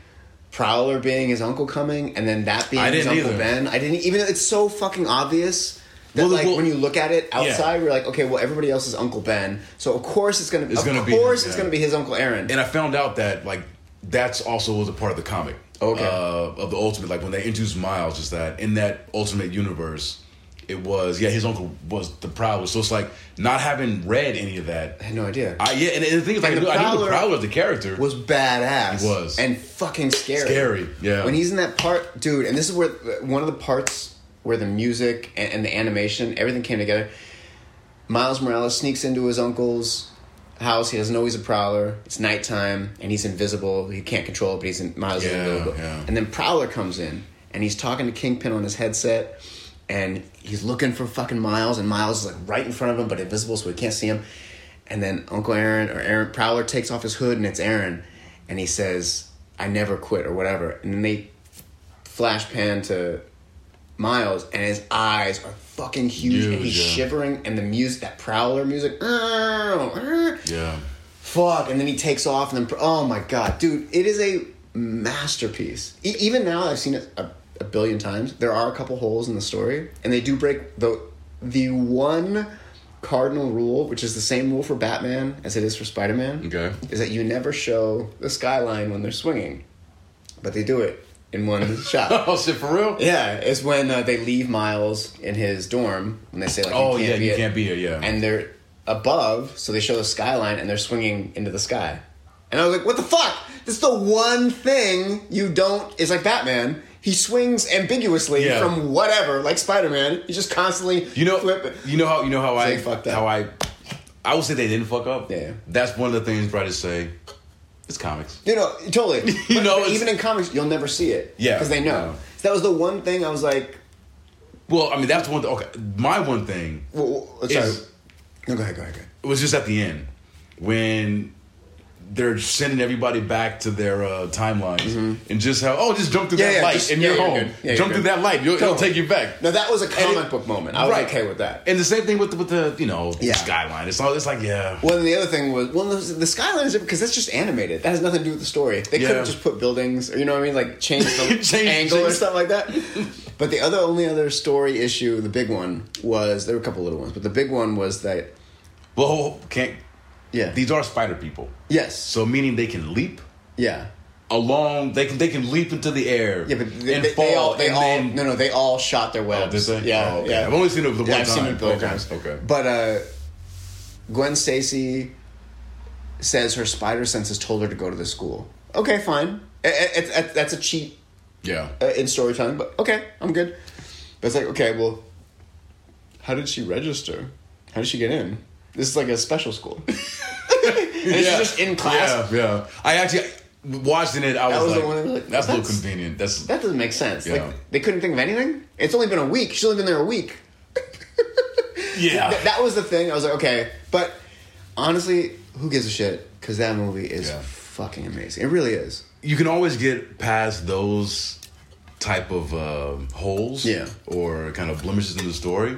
B: Prowler being his uncle coming, and then that being
A: I
B: his
A: didn't
B: uncle
A: either.
B: Ben. I didn't even. It's so fucking obvious. That
A: Well,
B: like
A: well-
B: when you look at it outside, we're like, okay, well everybody else is Uncle Ben, so of course it's gonna,
A: It's
B: of
A: gonna be him,
B: course it's
A: yeah.
B: gonna be his Uncle Aaron.
A: and I found out that like that's also was a part of the comic.
B: Okay.
A: Uh, of the Ultimate, like when they introduced Miles, is that in that Ultimate universe, it was yeah his uncle was the Prowler. So it's like not having read any of
B: [LAUGHS]
A: that.
B: I had no idea.
A: I yeah, and the thing is, like, I,
B: And
A: knew,
B: the
A: I knew the
B: Prowler
A: Prowler was the character.
B: was badass.
A: He was.
B: and fucking scary.
A: Scary, yeah.
B: When he's in that part, dude, and this is where one of the parts where the music and, and the animation, everything came together. Miles Morales sneaks into his uncle's house. He doesn't know he's a prowler. It's nighttime, and he's invisible. He can't control it, but he's in, Miles is
A: Yeah,
B: invisible.
A: yeah.
B: And then Prowler comes in, and he's talking to Kingpin on his headset, and he's looking for fucking Miles, and Miles is like right in front of him, but invisible, so he can't see him. And then Uncle Aaron or Aaron Prowler takes off his hood, and it's Aaron, and he says, "I never quit" or whatever. And then they flash pan to Miles, and his eyes are fucking huge, and
A: Huge,
B: he's
A: yeah.
B: shivering, and the music, that Prowler music, [LAUGHS] "Arr, arr,"
A: Yeah. [LAUGHS]
B: fuck, and then he takes off, and then oh my god, dude, it is a masterpiece. E- even now, I've seen it a, a billion times. There are a couple holes in the story, and they do break the the one cardinal rule, which is the same rule for Batman as it is for Spider Man
A: Okay.
B: is that you never show the skyline when they're swinging, but they do it in one [LAUGHS] shot.
A: Oh shit, for real?
B: Yeah, it's when uh, they leave Miles in his dorm and they say like,
A: Oh
B: you
A: yeah,
B: can't be
A: you
B: it.
A: can't be here. Yeah.
B: and they're above, so they show the skyline and they're swinging into the sky. And I was like, what the fuck? This is the one thing you don't. It's like Batman. He swings ambiguously
A: Yeah.
B: from whatever, like Spider Man. He's just constantly
A: You know,
B: flip.
A: you know how you know how I
B: They fucked up.
A: how I I would say they didn't fuck up.
B: Yeah.
A: that's one of the things where I just say it's comics.
B: You know, totally.
A: [LAUGHS] You
B: But-
A: know,
B: but
A: it's-
B: even in comics, you'll never see it.
A: Yeah,
B: because they know.
A: no.
B: So that was the one thing I was like,
A: Well, I mean that's one. Th- okay, my one thing
B: well, well, sorry.
A: Is-
B: no, go ahead, go ahead, go ahead.
A: was just at the end when they're sending everybody back to their uh, timelines and just how oh just jump through
B: Mm-hmm. Yeah,
A: that
B: yeah,
A: light
B: just-
A: and
B: yeah,
A: you're
B: you're
A: home.
B: good. Yeah,
A: jump
B: you're
A: through
B: good.
A: that light. You'll, it'll
B: Totally.
A: take you back.
B: No, that was a
A: it-
B: comic book moment. I was
A: Right.
B: okay with that.
A: And the same thing with the, with the you know
B: Yeah.
A: skyline. It's all it's like yeah.
B: well, then the other thing was, well, the, the skyline is different because that's just animated. That has nothing to do with the story. They could
A: Yeah.
B: have just put buildings, or you know what I mean, like change
A: [LAUGHS]
B: the
A: Change-
B: angle or
A: change-
B: stuff like that. But the other, only other story issue, the big one was there were a couple little ones, but the big one was that,
A: Well, can't
B: yeah,
A: these are spider people?
B: yes,
A: So meaning they can leap.
B: yeah.
A: along. They can they can leap into the air.
B: Yeah, but they,
A: and
B: they-
A: fall.
B: they all they
A: and
B: all
A: then,
B: no no they all shot their
A: Oh, did
B: webs.
A: they?
B: Yeah,
A: Oh, okay.
B: yeah.
A: I've only seen it the
B: Yeah,
A: one
B: I've
A: time.
B: seen it a billion
A: Okay,
B: times.
A: okay.
B: But uh, Gwen Stacy says her spider senses told her to go to the school. Okay, fine. A- a- it's- that's- that's a cheat
A: Yeah.
B: uh, in storytelling, but okay, I'm good. But it's like okay, well, how did she register? How did she get in? This is like a special school. [LAUGHS] And She's
A: Yeah.
B: just in class.
A: Yeah, yeah. I actually watching it. I was,
B: That was the
A: like,
B: one that was like,
A: that's, a little
B: that's-
A: convenient.
B: [LAUGHS]
A: That's
B: That doesn't make sense.
A: Yeah.
B: Like they couldn't think of anything. It's only been a week. She's only been there a week.
A: yeah.
B: Th- that was the thing. I was like, okay, but honestly, who gives a shit? Because that movie is
A: Yeah.
B: fucking amazing. It really is.
A: you can always get past those type of uh, holes
B: Yeah.
A: or kind of blemishes in the story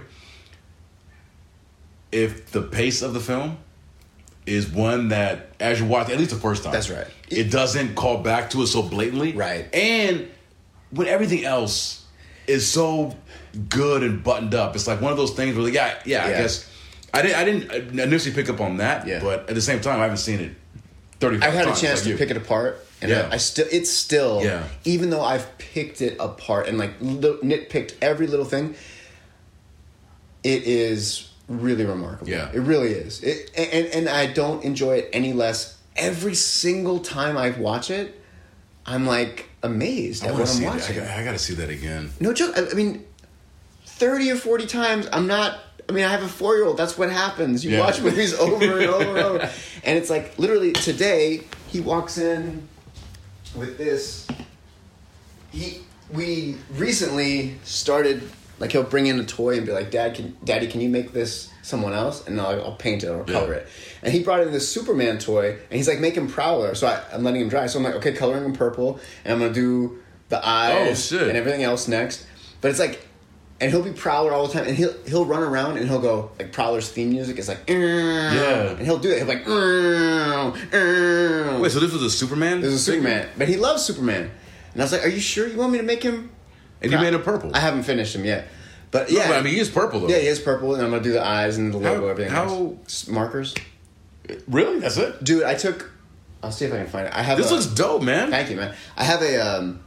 A: if the pace of the film is one that as you watch at least the first time
B: That's right.
A: it doesn't call back to it so blatantly
B: Right.
A: and when everything else is so good and buttoned up it's like one of those things where like, yeah, yeah
B: Yeah.
A: i guess I didn't, I didn't initially pick up on that
B: Yeah.
A: but at the same time i haven't seen it 35
B: I've had a
A: times
B: chance
A: like
B: to
A: you.
B: pick it apart, and
A: Yeah.
B: I, I still it's still
A: Yeah.
B: even though I've picked it apart and like li- nitpicked every little thing, it is really remarkable.
A: Yeah.
B: it really is. It a- and and I don't enjoy it any less. Every single time I watch it, I'm like amazed at
A: wanna
B: what I'm
A: see that.
B: watching.
A: I, gotta- I gotta see that again.
B: No joke. I, I mean, thirty or forty times. I'm not. I mean, I have a four year old. That's what happens. You
A: Yeah.
B: watch movies over and over and over,
A: [LAUGHS]
B: and it's like literally today he walks in with this. He we recently started like he'll bring in a toy and be like, "Dad, can Daddy, can you make this someone else?" And I'll, I'll paint it or
A: Yeah.
B: color it. And he brought in this Superman toy, and he's like making Prowler. So I, I'm letting him dry. So I'm like, okay, coloring him purple, and I'm gonna do the eye eyes
A: Oh, shit.
B: and everything else next. But it's like, and he'll be Prowler all the time, and he'll he'll run around and he'll go like Prowler's theme music is like, yeah, and he'll do it. He'll be like,
A: Wait,
B: Wait,
A: so this was a Superman?
B: there's a Superman, but he loves Superman, and I was like, are you sure you want me to make him?
A: and you made it purple.
B: I haven't finished him yet, but
A: No,
B: yeah,
A: but I mean, he is purple though.
B: yeah, he is purple, and I'm gonna do the eyes and the
A: How-
B: logo, everything.
A: how-
B: else. markers,
A: Really? That's it.
B: dude? I took. I'll see if I can find it. I have
A: This
B: a-
A: looks dope, man.
B: Thank you, man. I have a um.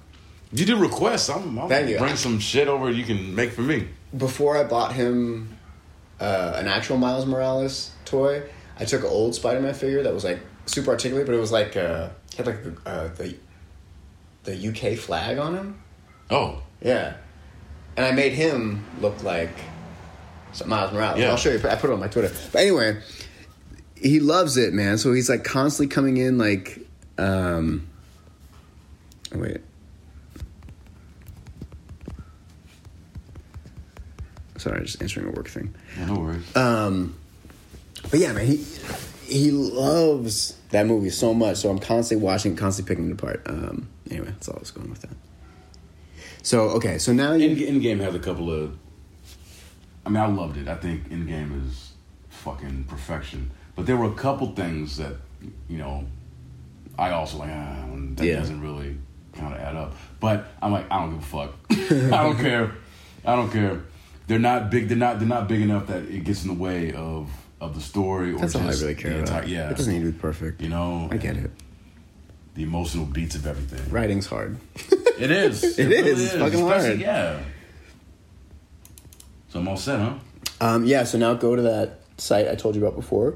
A: You do requests. I'm, I'm
B: Thank you.
A: bring some shit over you can make for me.
B: before I bought him uh, an actual Miles Morales toy, I took an old Spider Man figure that was like super articulate, but it was like uh, it had like the, uh, the the UK flag on him.
A: Oh,
B: Yeah, and I made him look like some Miles Morales.
A: Yeah.
B: I'll show you. I put it on my Twitter. But anyway, he loves it, man. So he's like constantly coming in, like, um, oh, wait. Sorry, just answering a work thing.
A: yeah, no worries.
B: But yeah, man, he he loves that movie so much. So I'm constantly watching, constantly picking it apart. Um, anyway, that's all I was going with that. So okay, so now you
A: In Endgame has a couple of. I mean, I loved it. I think Endgame is fucking perfection. But there were a couple things that you know, I also like. Ah, that
B: Yeah.
A: doesn't really kind of add up. But I'm like, I don't give a fuck. [LAUGHS] I don't care. I don't care. They're not big. They're not. They're not big enough that it gets in the way of of the story or
B: that's all I
A: just
B: really care
A: the
B: about.
A: entire- yeah,
B: it doesn't need to be perfect.
A: you know,
B: I get it.
A: the emotional beats of everything.
B: Writing's hard. [LAUGHS]
A: It is.
B: It
A: really
B: is. It's fucking
A: Especially-
B: hard.
A: Yeah. So I'm all set, huh?
B: Um, yeah, so now go to that site I told you about before.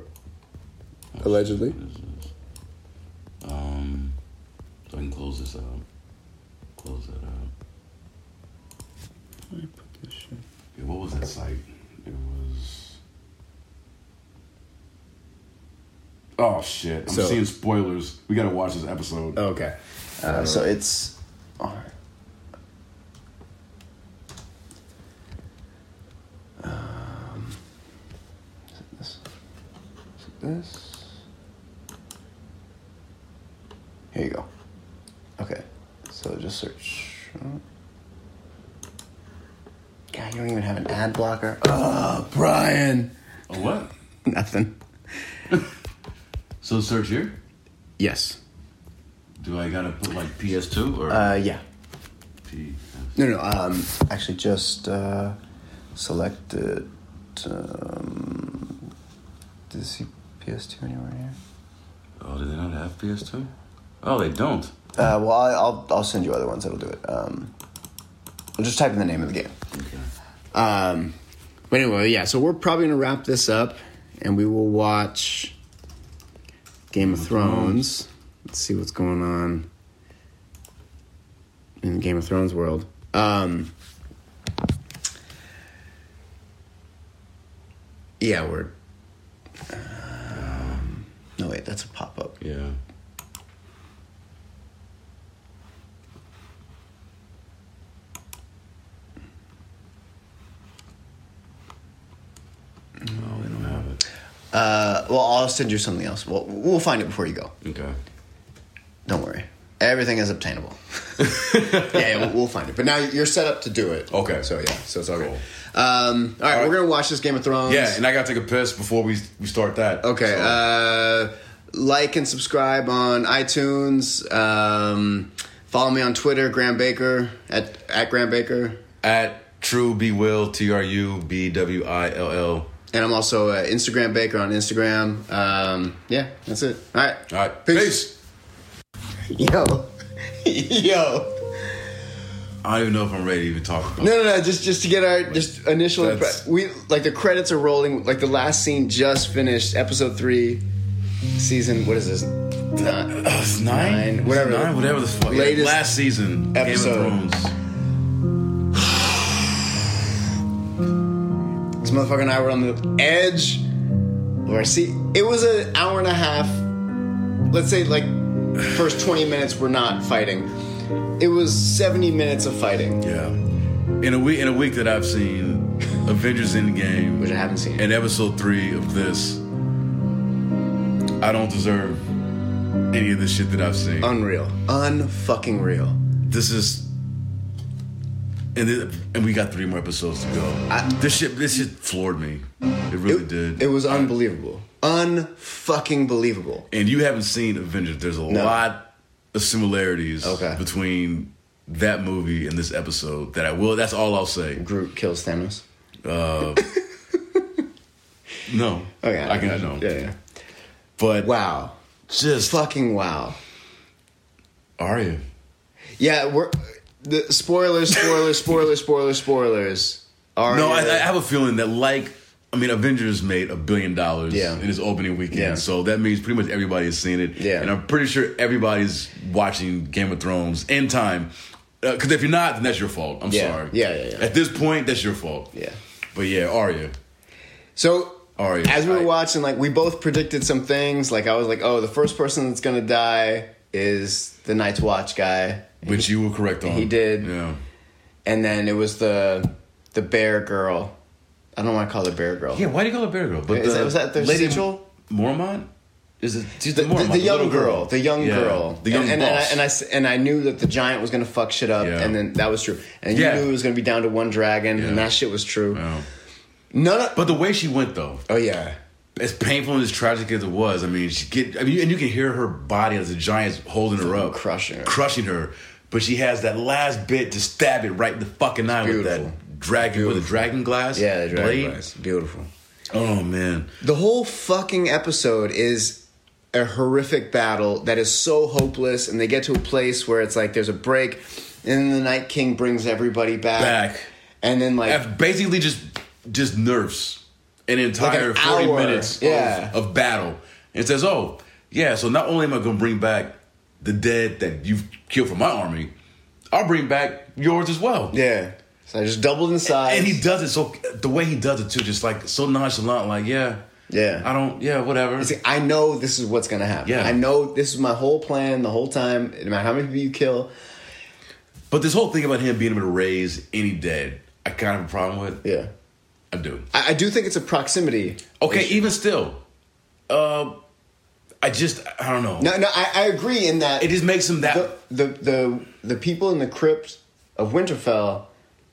B: Oh, Allegedly.
A: Um, so I can close this out. Close that out. Yeah, what was that site? It was. Oh shit! I'm
B: So- Oh.
A: seeing spoilers. We gotta watch this episode.
B: Okay. Uh, so it's. alright. Um, is it this? Is it this? Here you go. Okay. So just search. God, you don't even have an ad blocker. Oh, Brian!
A: Oh what?
B: Nothing.
A: So search here.
B: Yes.
A: Do I gotta put like PS2 or
B: Uh, yeah.
A: P?
B: No, no. Um, actually, just uh, select it. Um, did you see PS2 anywhere here?
A: Oh, do they not have PS2? Oh, they don't.
B: Uh, well, I, I'll I'll send you other ones that'll do it. Um, I'll just type in the name of the game.
A: Okay.
B: Um, but anyway, yeah. So we're probably gonna wrap this up, and we will watch Game of Thrones. Let's see what's going on in the Game of Thrones world. Um, yeah, we're. Um, no wait, that's a pop up.
A: Yeah. No, they don't have it.
B: Uh, well, I'll send you something else. We'll we'll find it before you go.
A: Okay.
B: Don't worry. Everything is [LAUGHS] obtainable.
A: [LAUGHS]
B: yeah, yeah, we'll, we'll find it. But now you're set up to do it.
A: Okay.
B: So yeah, so it's all
A: Cool.
B: good. Um, all right, we're gonna watch this Game of Thrones.
A: Yeah, and I gotta take a piss before we we start that.
B: okay.
A: So-
B: Uh, like and subscribe on iTunes. Um, follow me on Twitter, Graham Baker at at Graham Baker,
A: at True Be Will T R U B W I L L. All
B: and I'm also uh, Instagram Baker on Instagram. Um, yeah, that's it. All right. All
A: right. peace.
B: [LAUGHS] Yo. Yo.
A: I don't even know if I'm ready to even talk about.
B: No, no, no. Just, just to get our just initial.
A: That's-
B: Impre- we like the credits are rolling. Like the last scene just finished. Episode three, season. What is this? Nine.
A: Oh, it's nine?
B: Nine,
A: It's
B: whatever.
A: Nine, whatever the fuck.
B: Latest
A: Last season.
B: episode.
A: Game of Thrones.
B: This motherfucker and I were on the edge of our seat. It was an hour and a half. Let's say like first twenty minutes were not fighting. It was seventy minutes of fighting,
A: Yeah. In a week in a week that I've
B: [LAUGHS]
A: seen Avengers Endgame
B: which I haven't seen.
A: and episode three of this, I don't deserve any of the shit that I've seen.
B: Unreal. Unfucking real.
A: this is and th- and we got three more episodes to go.
B: I-
A: this shit this shit floored me. It really did.
B: It was unbelievable. Unfucking believable.
A: and you haven't seen Avengers. There's a
B: No.
A: lot of similarities
B: Okay.
A: between that movie and this episode that I will that's all I'll say.
B: Groot kills Thanos.
A: No.
B: Okay,
A: I can I know.
B: Oh, Yeah, yeah.
A: But
B: Wow.
A: just
B: Fucking wow.
A: Arya.
B: Yeah, we're the spoilers, spoilers, spoilers, spoilers, spoilers. Are
A: No, I, I have a feeling that like I mean, Avengers made a billion dollars
B: Yeah.
A: in its opening weekend,
B: Yeah.
A: so that means pretty much everybody has seen it.
B: Yeah.
A: and I'm pretty sure everybody's watching Game of Thrones in time. Because if you're not, then that's your fault. I'm
B: Yeah.
A: sorry.
B: Yeah, yeah, yeah.
A: At this point, that's your fault.
B: Yeah.
A: But yeah, Arya.
B: So
A: Arya.
B: as we were
A: I-
B: watching, like we both predicted some things. Like I was like, oh, the first person that's gonna die is the Night's Watch guy,
A: Which you were correct on.
B: He did.
A: Yeah.
B: and then it was the the bear girl. I don't want to call her bear girl.
A: Yeah. Why do you call her Bear Girl? But
B: Is that- was that their sigil?
A: Mormont? Is it she's
B: The,
A: the, Mormont,
B: the- the
A: the
B: young
A: little
B: girl, the young
A: Yeah.
B: girl,
A: the young
B: and, and,
A: boss.
B: And I, and I s- and I knew that the giant was gonna fuck shit up,
A: Yeah.
B: and then that was true. And you
A: Yeah.
B: knew it was gonna be down to one dragon,
A: Yeah.
B: and that shit was true.
A: Yeah.
B: None of
A: But the way she went though,
B: oh yeah,
A: as painful and as tragic as it was, I mean, she get, I mean, and you can hear her body as the giant's holding her up,
B: crushing her.
A: crushing her. But she has that last bit to stab it right in the fucking eye with
B: Beautiful.
A: that dragon with a dragon glass,
B: yeah, the dragon
A: blade.
B: glass, beautiful.
A: Oh man,
B: The whole fucking episode is a horrific battle that is so hopeless, and they get to a place where it's like there's a break, and then the Night King brings everybody back,
A: Back.
B: and then like
A: I've basically just just nerfs an entire
B: an
A: forty
B: hour,
A: minutes of-
B: yeah.
A: of, battle and says, "Oh, yeah. So not only am I going to bring back the dead that you've killed from my army, I'll bring back yours as well."
B: yeah, so I just doubled in size,
A: And he does it so the way he does it too, just like so nonchalant, like yeah,
B: Yeah.
A: I don't, yeah, whatever.
B: See, I know this is what's gonna happen.
A: Yeah.
B: I know this is my whole plan the whole time. No matter how many people you kill,
A: But this whole thing about him being able to raise any dead, I kind of have a problem with.
B: yeah.
A: I do.
B: I, I do think it's a proximity.
A: Okay, even still, uh, I just I don't know.
B: No, no, I, I agree in that
A: It just makes him that.
B: the, the the the people in the crypt of Winterfell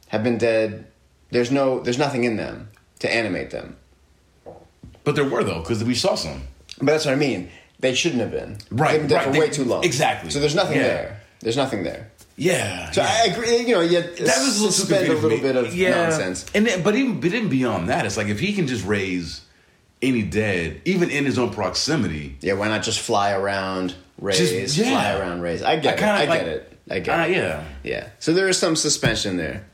B: have been dead. There's no, there's nothing in them to animate them.
A: but there were though, because we saw some.
B: But that's what I mean. They shouldn't have been.
A: Right,
B: They've been dead
A: right.
B: for
A: They-
B: way too long.
A: exactly.
B: So there's nothing
A: Yeah.
B: there. There's nothing there.
A: Yeah.
B: So
A: yeah.
B: I agree. You know, you that
A: that was a little
B: suspend a
A: stupid for
B: little
A: me.
B: bit of
A: Yeah.
B: nonsense.
A: And then, but even but even beyond that, it's like if he can just raise any dead, even in his own proximity.
B: Yeah, why not just fly around raise,
A: Just- yeah.
B: fly around raise? I get
A: I kinda
B: it. I
A: like-
B: get it. I get
A: Ah,
B: it.
A: yeah.
B: Yeah. So there is some suspension there.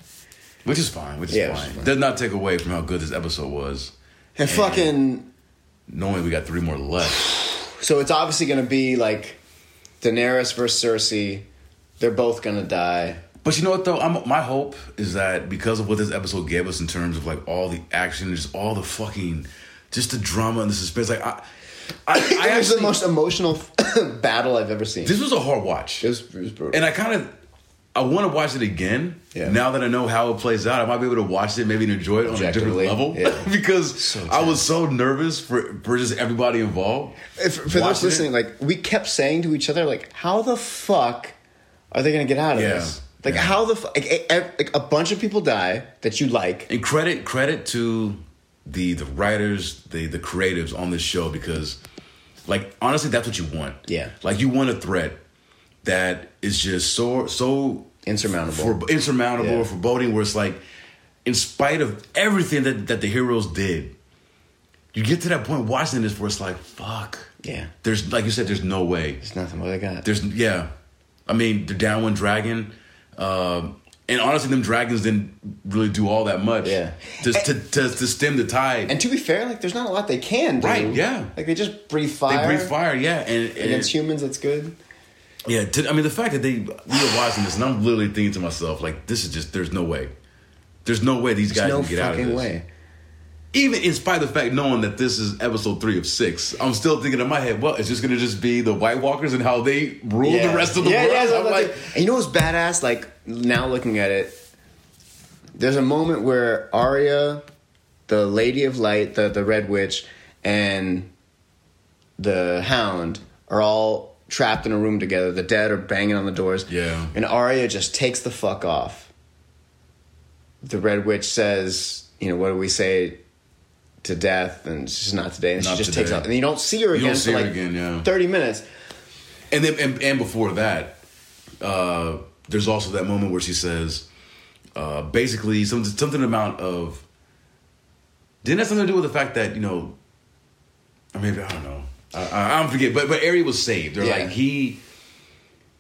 A: Which is fine. Which is
B: Yeah, which
A: fine.
B: is fine.
A: Does not take away from how good this episode was.
B: And fucking
A: Knowing we got three more left.
B: so it's obviously gonna be like Daenerys versus Cersei. They're both gonna die.
A: But you know what though? I'm, my hope is that because of what this episode gave us in terms of like all the action, just all the fucking, just the drama and the suspense. Like I,
B: [COUGHS]
A: I, I
B: it was
A: actually,
B: the most emotional [COUGHS] battle I've ever seen.
A: this was a hard watch.
B: it, was, it was brutal.
A: and I kind of I want to watch it again.
B: Yeah.
A: Now that I know how it plays out, I might be able to watch it, maybe enjoy it on a different
B: Objectively,
A: level.
B: yeah.
A: [LAUGHS] because I was so nervous for for just everybody involved.
B: If- for those
A: watching it-
B: listening, like we kept saying to each other, like, how the fuck are they gonna get out of
A: Yeah.
B: this? Like,
A: Yeah.
B: how the fuck? Like, e- e- like, a bunch of people die that you like.
A: And credit credit to the the writers, the the creatives on this show because like honestly that's what you want.
B: Yeah.
A: Like you want a threat that is just so so
B: Insurmountable.
A: For insurmountable
B: Yeah.
A: or foreboding where it's like in spite of everything that, that the heroes did, you get to that point watching this where it's like, fuck.
B: Yeah.
A: There's like you said, there's no way.
B: It's nothing. What they got?
A: There's yeah, I mean the down one dragon, um, and honestly, them dragons didn't really do all that much.
B: Yeah.
A: just to, to, to stem the tide.
B: And to be fair, like there's not a lot they can do.
A: Right, yeah.
B: Like they just breathe
A: they
B: fire.
A: breathe fire, yeah, and, and
B: against humans. That's good.
A: yeah. To, I mean, the fact that they we were watching this, and I'm literally thinking to myself, like, this is just there's no way, there's no way these guys
B: There's no
A: can get out of
B: fucking
A: this.
B: way.
A: Even in spite of the fact knowing that this is episode three of six, I'm still thinking in my head, well, it's just gonna just be the White Walkers and how they rule the rest of the
B: yeah,
A: world.
B: Yeah, so
A: I'm
B: that's
A: like,
B: it. and you know what's badass? Like now looking at it, there's a moment where Arya, the Lady of Light, the the Red Witch, and the Hound are all trapped in a room together. The dead are banging on the doors.
A: Yeah.
B: and Arya just takes the fuck off. The Red Witch says, "You know what do we say?" To death, and she's not today, and
A: Not
B: she just takes
A: today.
B: off, and you don't see her
A: don't
B: again
A: see
B: for
A: her
B: like
A: again, yeah.
B: thirty minutes.
A: And then and, and before that, uh, there's also that moment where she says, uh, basically some, something amount of. Didn't that have something to do with the fact that you know, or maybe I don't know. I, I, I don't forget, but but Ari was saved. They're
B: Yeah.
A: like he.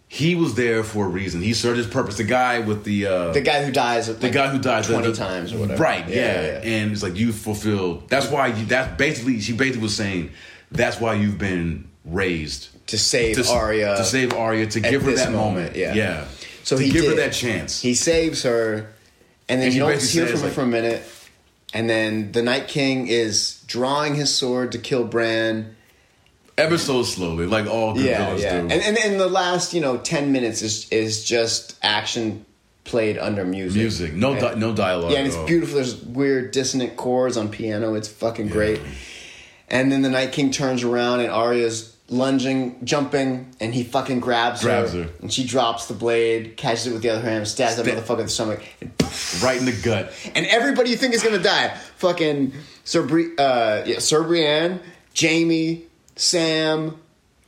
A: He was there for a reason. He served his purpose. The guy with the uh,
B: The guy who dies. The
A: the guy who dies
B: twenty
A: the- the-
B: times or whatever.
A: Right. Yeah,
B: yeah, yeah.
A: And it's like you fulfilled. That's why. You, that's basically. She basically was saying, that's why you've been raised
B: to save
A: to,
B: Arya.
A: to save Arya to give her
B: this
A: that moment.
B: moment, yeah.
A: yeah.
B: So
A: to
B: he
A: give her
B: did.
A: that chance.
B: He saves her, and then
A: And
B: you
A: she
B: don't
A: basically
B: hear
A: says,
B: from her
A: like-
B: for a minute. And then the Night King is drawing his sword to kill Bran.
A: ever so slowly, like all good
B: Yeah,
A: villains
B: yeah.
A: do.
B: And, and and the last you know ten minutes is is just action played under music.
A: Music, no, di-
B: And-
A: no dialogue.
B: Yeah, and
A: at all.
B: it's beautiful. There's weird dissonant chords on piano. It's fucking great. And then the Night King turns around and Arya's lunging, jumping, and he fucking grabs,
A: Grabs
B: her,
A: her.
B: And she drops the blade, catches it with the other hand, stabs that
A: Spit.
B: motherfucker in the stomach. And,
A: right in the gut.
B: and everybody you think is gonna die. Fucking Sir, Bri- uh, yeah, Sir Brienne, Jamie, Sam,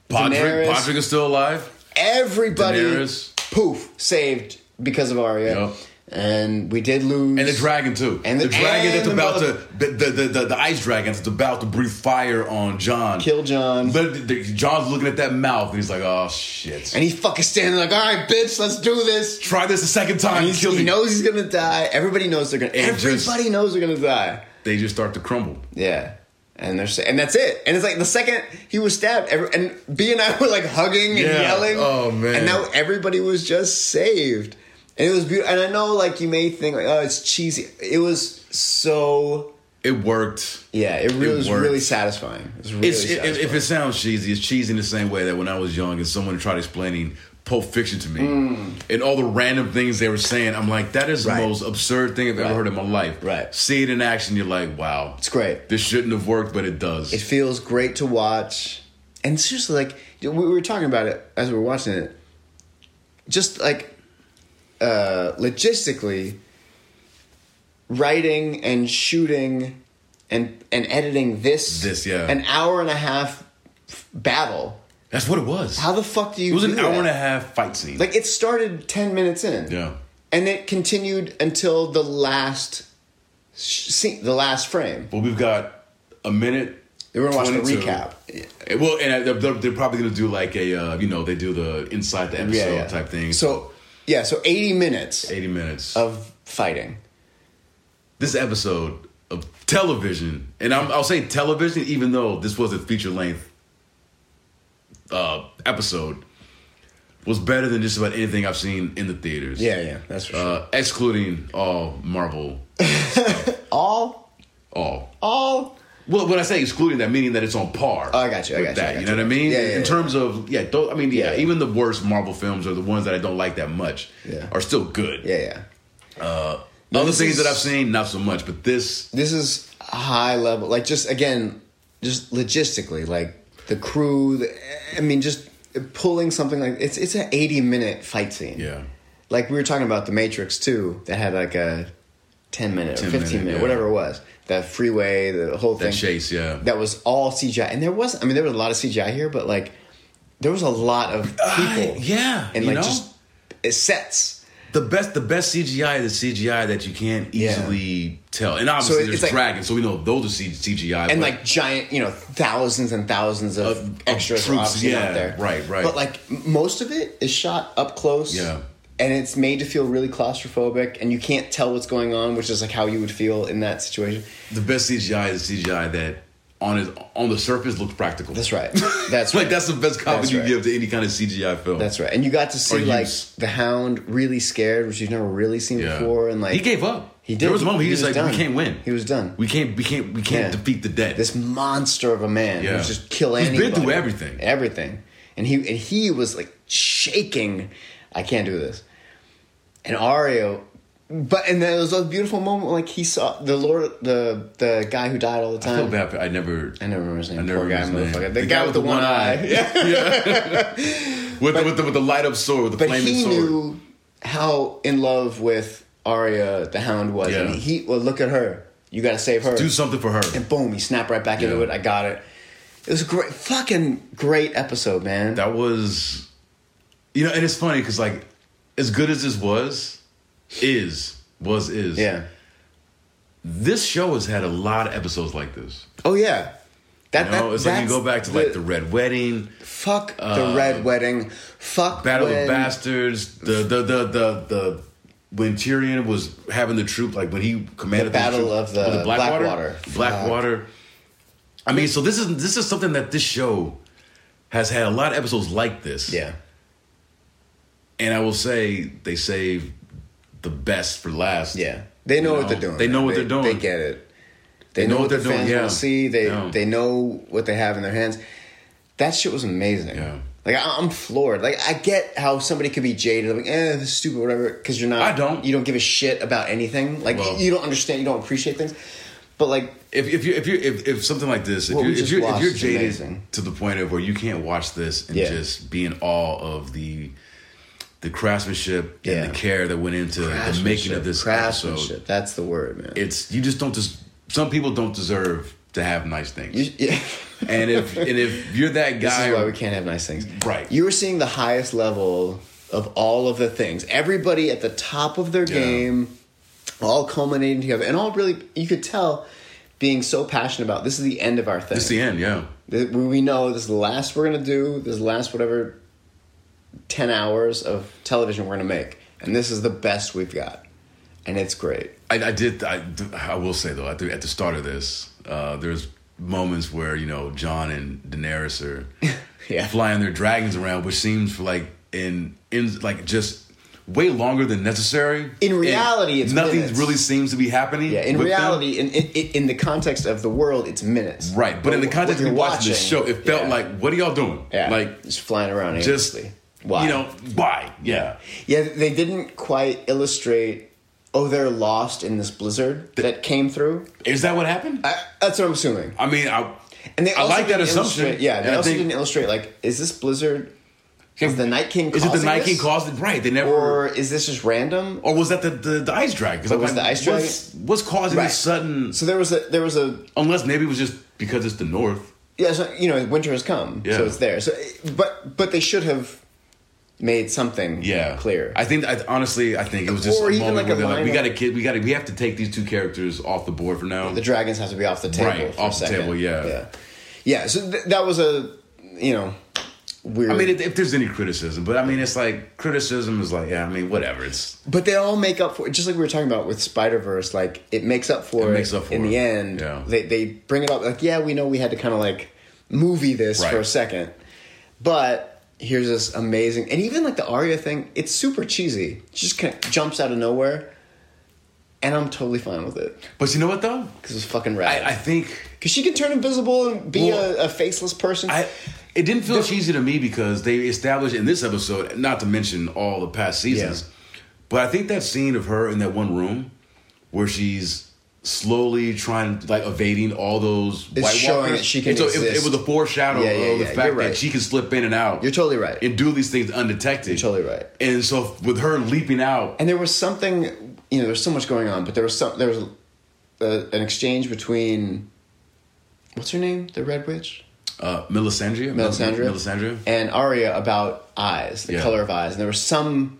A: Podrick,
B: Daenerys.
A: Podrick is still alive.
B: everybody
A: Daenerys.
B: poof saved because of Arya.
A: Yep.
B: And we did lose.
A: And the dragon too.
B: And the-
A: dragon
B: and
A: that's
B: the
A: about
B: mother-
A: to the, the, the, the ice dragon that's about to breathe fire on John.
B: kill John.
A: Lit- the- John's looking at that mouth and he's like, "Oh shit!"
B: And he fucking standing like, all right, bitch, let's do this.
A: Try this a second time.
B: And
A: He's
B: he's, he knows he's gonna die. Everybody knows they're gonna.
A: It just-
B: everybody knows they're gonna die.
A: They just start to crumble.
B: Yeah. And they're sa- and that's it. And it's like the second he was stabbed, every, and B and I were like hugging and
A: Yeah.
B: yelling.
A: Oh, man.
B: And now everybody was just saved, and it was beautiful. And I know like you may think like, oh, it's cheesy. It was so
A: It worked.
B: yeah. It really
A: It
B: was
A: worked.
B: really satisfying. It was really
A: It's, i- i-
B: satisfying.
A: if it sounds cheesy, it's cheesy in the same way that when I was young and someone tried explaining Pulp Fiction to me and all the random things they were saying, I'm like, that is
B: Mm. Right.
A: the most absurd thing I've
B: Right.
A: ever heard in my life.
B: Right.
A: See it in action, you're like, wow,
B: it's great.
A: this shouldn't have worked, but it does.
B: It feels great to watch. And seriously, like we we were talking about it as we were watching it, just like uh, logistically, writing and shooting and and editing this
A: This, yeah.
B: an hour and a half f- battle.
A: That's what it was.
B: How the fuck do you?
A: it was
B: do
A: an hour
B: that?
A: and a half fight scene.
B: Like it started ten minutes in.
A: yeah.
B: And it continued until the last sh- scene, the last frame.
A: Well, we've got a minute.
B: They were gonna watch the
A: 22.
B: recap.
A: Eh, Well, and uh, they're, they're probably going to do like a, uh, you know, they do the inside the episode type thing.
B: So yeah, so eighty minutes
A: 80 minutes.
B: of fighting.
A: this episode of television, and I'm, I'll say television, even though this was a feature length uh, episode, was better than just about anything I've seen in the theaters.
B: Yeah, yeah, that's for sure.
A: Uh, excluding all Marvel,
B: all,
A: all.
B: all.
A: Well, when I say excluding that, meaning that it's on par.
B: Oh, I got you, I
A: with
B: got you,
A: that,
B: I got
A: know
B: you.
A: what I mean?
B: Yeah, yeah,
A: In
B: yeah.
A: terms of yeah, do I mean yeah,
B: Yeah.
A: even the worst Marvel films or the ones that I don't like that much
B: Yeah.
A: are still good.
B: Yeah, yeah.
A: The Other
B: this
A: things
B: is-
A: that I've seen, not so much, but this
B: This is high level. Like just again, just logistically, like the crew. The, I mean, just pulling something like it's it's an eighty minute fight scene.
A: yeah,
B: Like we were talking about the Matrix too, that had like a ten minute, or
A: 10
B: fifteen minute,
A: minute, yeah.
B: whatever it was. That freeway, the whole
A: that
B: thing.
A: chase, yeah.
B: that was all CGI, and there was I mean there was a lot of CGI here, but like there was a lot of people,
A: Uh, yeah,
B: and
A: you
B: like
A: know?
B: just uh, sets.
A: The best, the best CGI is the CGI that you can't
B: Yeah.
A: easily tell, and obviously
B: it's
A: there's
B: like-
A: dragons, so we know those are C- CGI.
B: and
A: but
B: like giant, you know, thousands and thousands of,
A: Of- of
B: extras are
A: troops,
B: obviously
A: yeah,
B: out there.
A: right, right.
B: But like m- most of it is shot up close.
A: Yeah.
B: And it's made to feel really claustrophobic, and you can't tell what's going on, which is like how you would feel in that situation.
A: the best CGI is CGI that on his on the surface looks practical. [LAUGHS]
B: That's right. That's
A: like
B: right.
A: that's the best
B: That's
A: compliment you
B: right.
A: give to any kind of CGI film.
B: That's right. And you got to see
A: Or
B: like
A: use.
B: the Hound really scared, which you've never really seen before, and like
A: he gave up.
B: He did.
A: There was a moment he,
B: He
A: was like,
B: was
A: "We
B: done.
A: can't win.
B: He was done.
A: We can't. We can't. We can't
B: Yeah.
A: defeat the dead."
B: this monster of a man who
A: Yeah.
B: would just kill
A: He's been
B: anybody.
A: through everything.
B: Everything. And he and he was like shaking. I can't do this. And Ario but and there was a beautiful moment like he saw the Lord the the guy who died all
A: I
B: the time.
A: feel bad. For, I never.
B: I never remember his name.
A: I never
B: Poor guy,
A: remember his
B: motherfucker.
A: name.
B: The, guy, with the, one eye.
A: [LAUGHS]
B: [LAUGHS]
A: with, the, with the with the light up sword, with the
B: But
A: flaming
B: he
A: sword.
B: knew how in love with Arya the Hound was.
A: Yeah.
B: And he well look at her. You gotta save her.
A: Do something for her.
B: and boom, he snapped right back into
A: Yeah.
B: it. I got it. It was a great, fucking great episode, man.
A: That was, you know, and it's funny because like, as good as this was, is was is.
B: yeah.
A: This show has had a lot of episodes like this.
B: Oh yeah. That,
A: You know,
B: that
A: it's like you
B: that's
A: go back to like the Red Wedding.
B: fuck the red wedding, fuck
A: Battle
B: when,
A: of Bastards, the the the the the when Tyrion was having the troop, like when he commanded
B: The Battle
A: troop-
B: of the
A: oh,
B: Blackwater.
A: Blackwater. I mean, so this is this is something that this show has had a lot of episodes like this.
B: Yeah,
A: and I will say they save the best for last.
B: yeah. They
A: You
B: know, what
A: know,
B: they're doing.
A: they know
B: man.
A: what they're doing.
B: They get it. They, know, what
A: they're
B: their
A: doing,
B: fans
A: yeah.
B: want to see. They
A: Yeah.
B: they know what they have in their hands. That shit was amazing.
A: Yeah.
B: Like I- I'm floored. Like I get how somebody could be jaded, like eh, this is stupid, whatever, because you're not.
A: I don't.
B: You don't give a shit about anything. Like
A: Well-
B: you don't understand. You don't appreciate things. But like,
A: If if you if you if, if something like this, if
B: What
A: you
B: we
A: if
B: just
A: you if
B: watched
A: you're
B: is
A: jaded
B: amazing.
A: to the point of where you can't watch this and
B: Yeah.
A: just be in awe of the the craftsmanship
B: Yeah.
A: and the care that went into the making of this episode,
B: craftsmanship. That's the word, man.
A: it's you just don't just some people don't deserve to have nice things.
B: You- [LAUGHS] yeah.
A: and if and if you're that
B: [LAUGHS] This
A: guy,
B: is why we can't have nice things.
A: Right.
B: You were seeing the highest level of all of the things. Everybody at the top of their
A: Yeah.
B: game, all culminating together, and all really, you could tell being so passionate about this is the end of our thing.
A: it's the end. Yeah,
B: Th- we we know this is the last we're going to do, this is the last whatever 10 hours of television we're going to make. And this is the best we've got. And it's great.
A: I, I did. I, I will say though, at the, at the start of this, uh, there's moments where you know John and Daenerys are
B: [LAUGHS] Yeah.
A: flying their dragons around, which seems for like in in like just way longer than necessary.
B: In
A: And
B: reality, it's
A: nothing
B: minutes.
A: really seems to be happening.
B: Yeah, in
A: with them.
B: reality, in, in, in in the context of the world, it's minutes.
A: right? But in the
B: what
A: context of
B: you're
A: watching, this show, it felt
B: yeah,
A: like, what are y'all doing?
B: yeah,
A: Like
B: just flying around
A: just
B: aimlessly. Why?
A: you know why? Yeah.
B: yeah, they didn't quite illustrate. Oh, they're lost in this blizzard that came through.
A: is that what happened? I,
B: I, that's what I'm assuming.
A: mean, I
B: And they
A: I
B: also
A: like that
B: didn't
A: assumption.
B: illustrate- Yeah, they
A: And I
B: also
A: think-
B: didn't illustrate like is this blizzard? Is the Night King?
A: is it the
B: causing
A: Nike
B: this?
A: caused it? Right? They never.
B: Or is this just random?
A: Or was that the, the, the ice dragon? Because
B: was the ice
A: what's, What's causing
B: Right.
A: this sudden?
B: So there was a there was a
A: Unless maybe it was just because it's the north.
B: Yeah, so, you know, winter has come,
A: Yeah.
B: so it's there. So, but but they should have made something
A: Yeah,
B: clear.
A: I think I, honestly, I think it was just
B: Or
A: a
B: even
A: moment
B: like
A: where
B: a
A: they're like, we
B: lineup.
A: got to kid, we got to, we have to take these two characters off the board for now.
B: the dragons have to be off the table,
A: Right,
B: for
A: off
B: a
A: the
B: second.
A: table, yeah.
B: yeah, yeah. So th- that was a you know weird.
A: I mean, if, if there's any criticism, but I mean, it's like criticism is like, yeah, I mean, whatever. It's
B: but they all make up for it. Just like we were talking about with Spider Verse, like it makes up for it,
A: makes up for
B: in the
A: it,
B: end.
A: yeah.
B: They they bring it up like, yeah, we know we had to kind of like movie this
A: Right.
B: for a second, but here's this amazing and even like the Arya thing. It's super cheesy. She just kind of jumps out of nowhere, and I'm totally fine with it
A: but you know what though,
B: because it's fucking
A: I, I
B: rad.
A: think
B: Because she can turn invisible and be
A: Well,
B: a, a faceless person.
A: I it didn't feel cheesy to me because they established in this episode, not to mention all the past seasons, but I think that scene of her in that one room where she's slowly trying like evading all those
B: It's
A: white
B: showing
A: walkers.
B: that she can
A: And so it- It,
B: exist.
A: was a foreshadow
B: Yeah, yeah,
A: of the
B: yeah.
A: fact
B: You're
A: that
B: right.
A: she can slip in and out.
B: You're totally right.
A: and do these things undetected.
B: You're totally right.
A: And so with her leaping out,
B: and there was something you know there's so much going on but there was some there was uh an exchange between what's her name the red witch
A: uh, Melisandre,
B: Melisandre
A: Melisandre,
B: and Arya about eyes the
A: Yeah.
B: color of eyes and there was some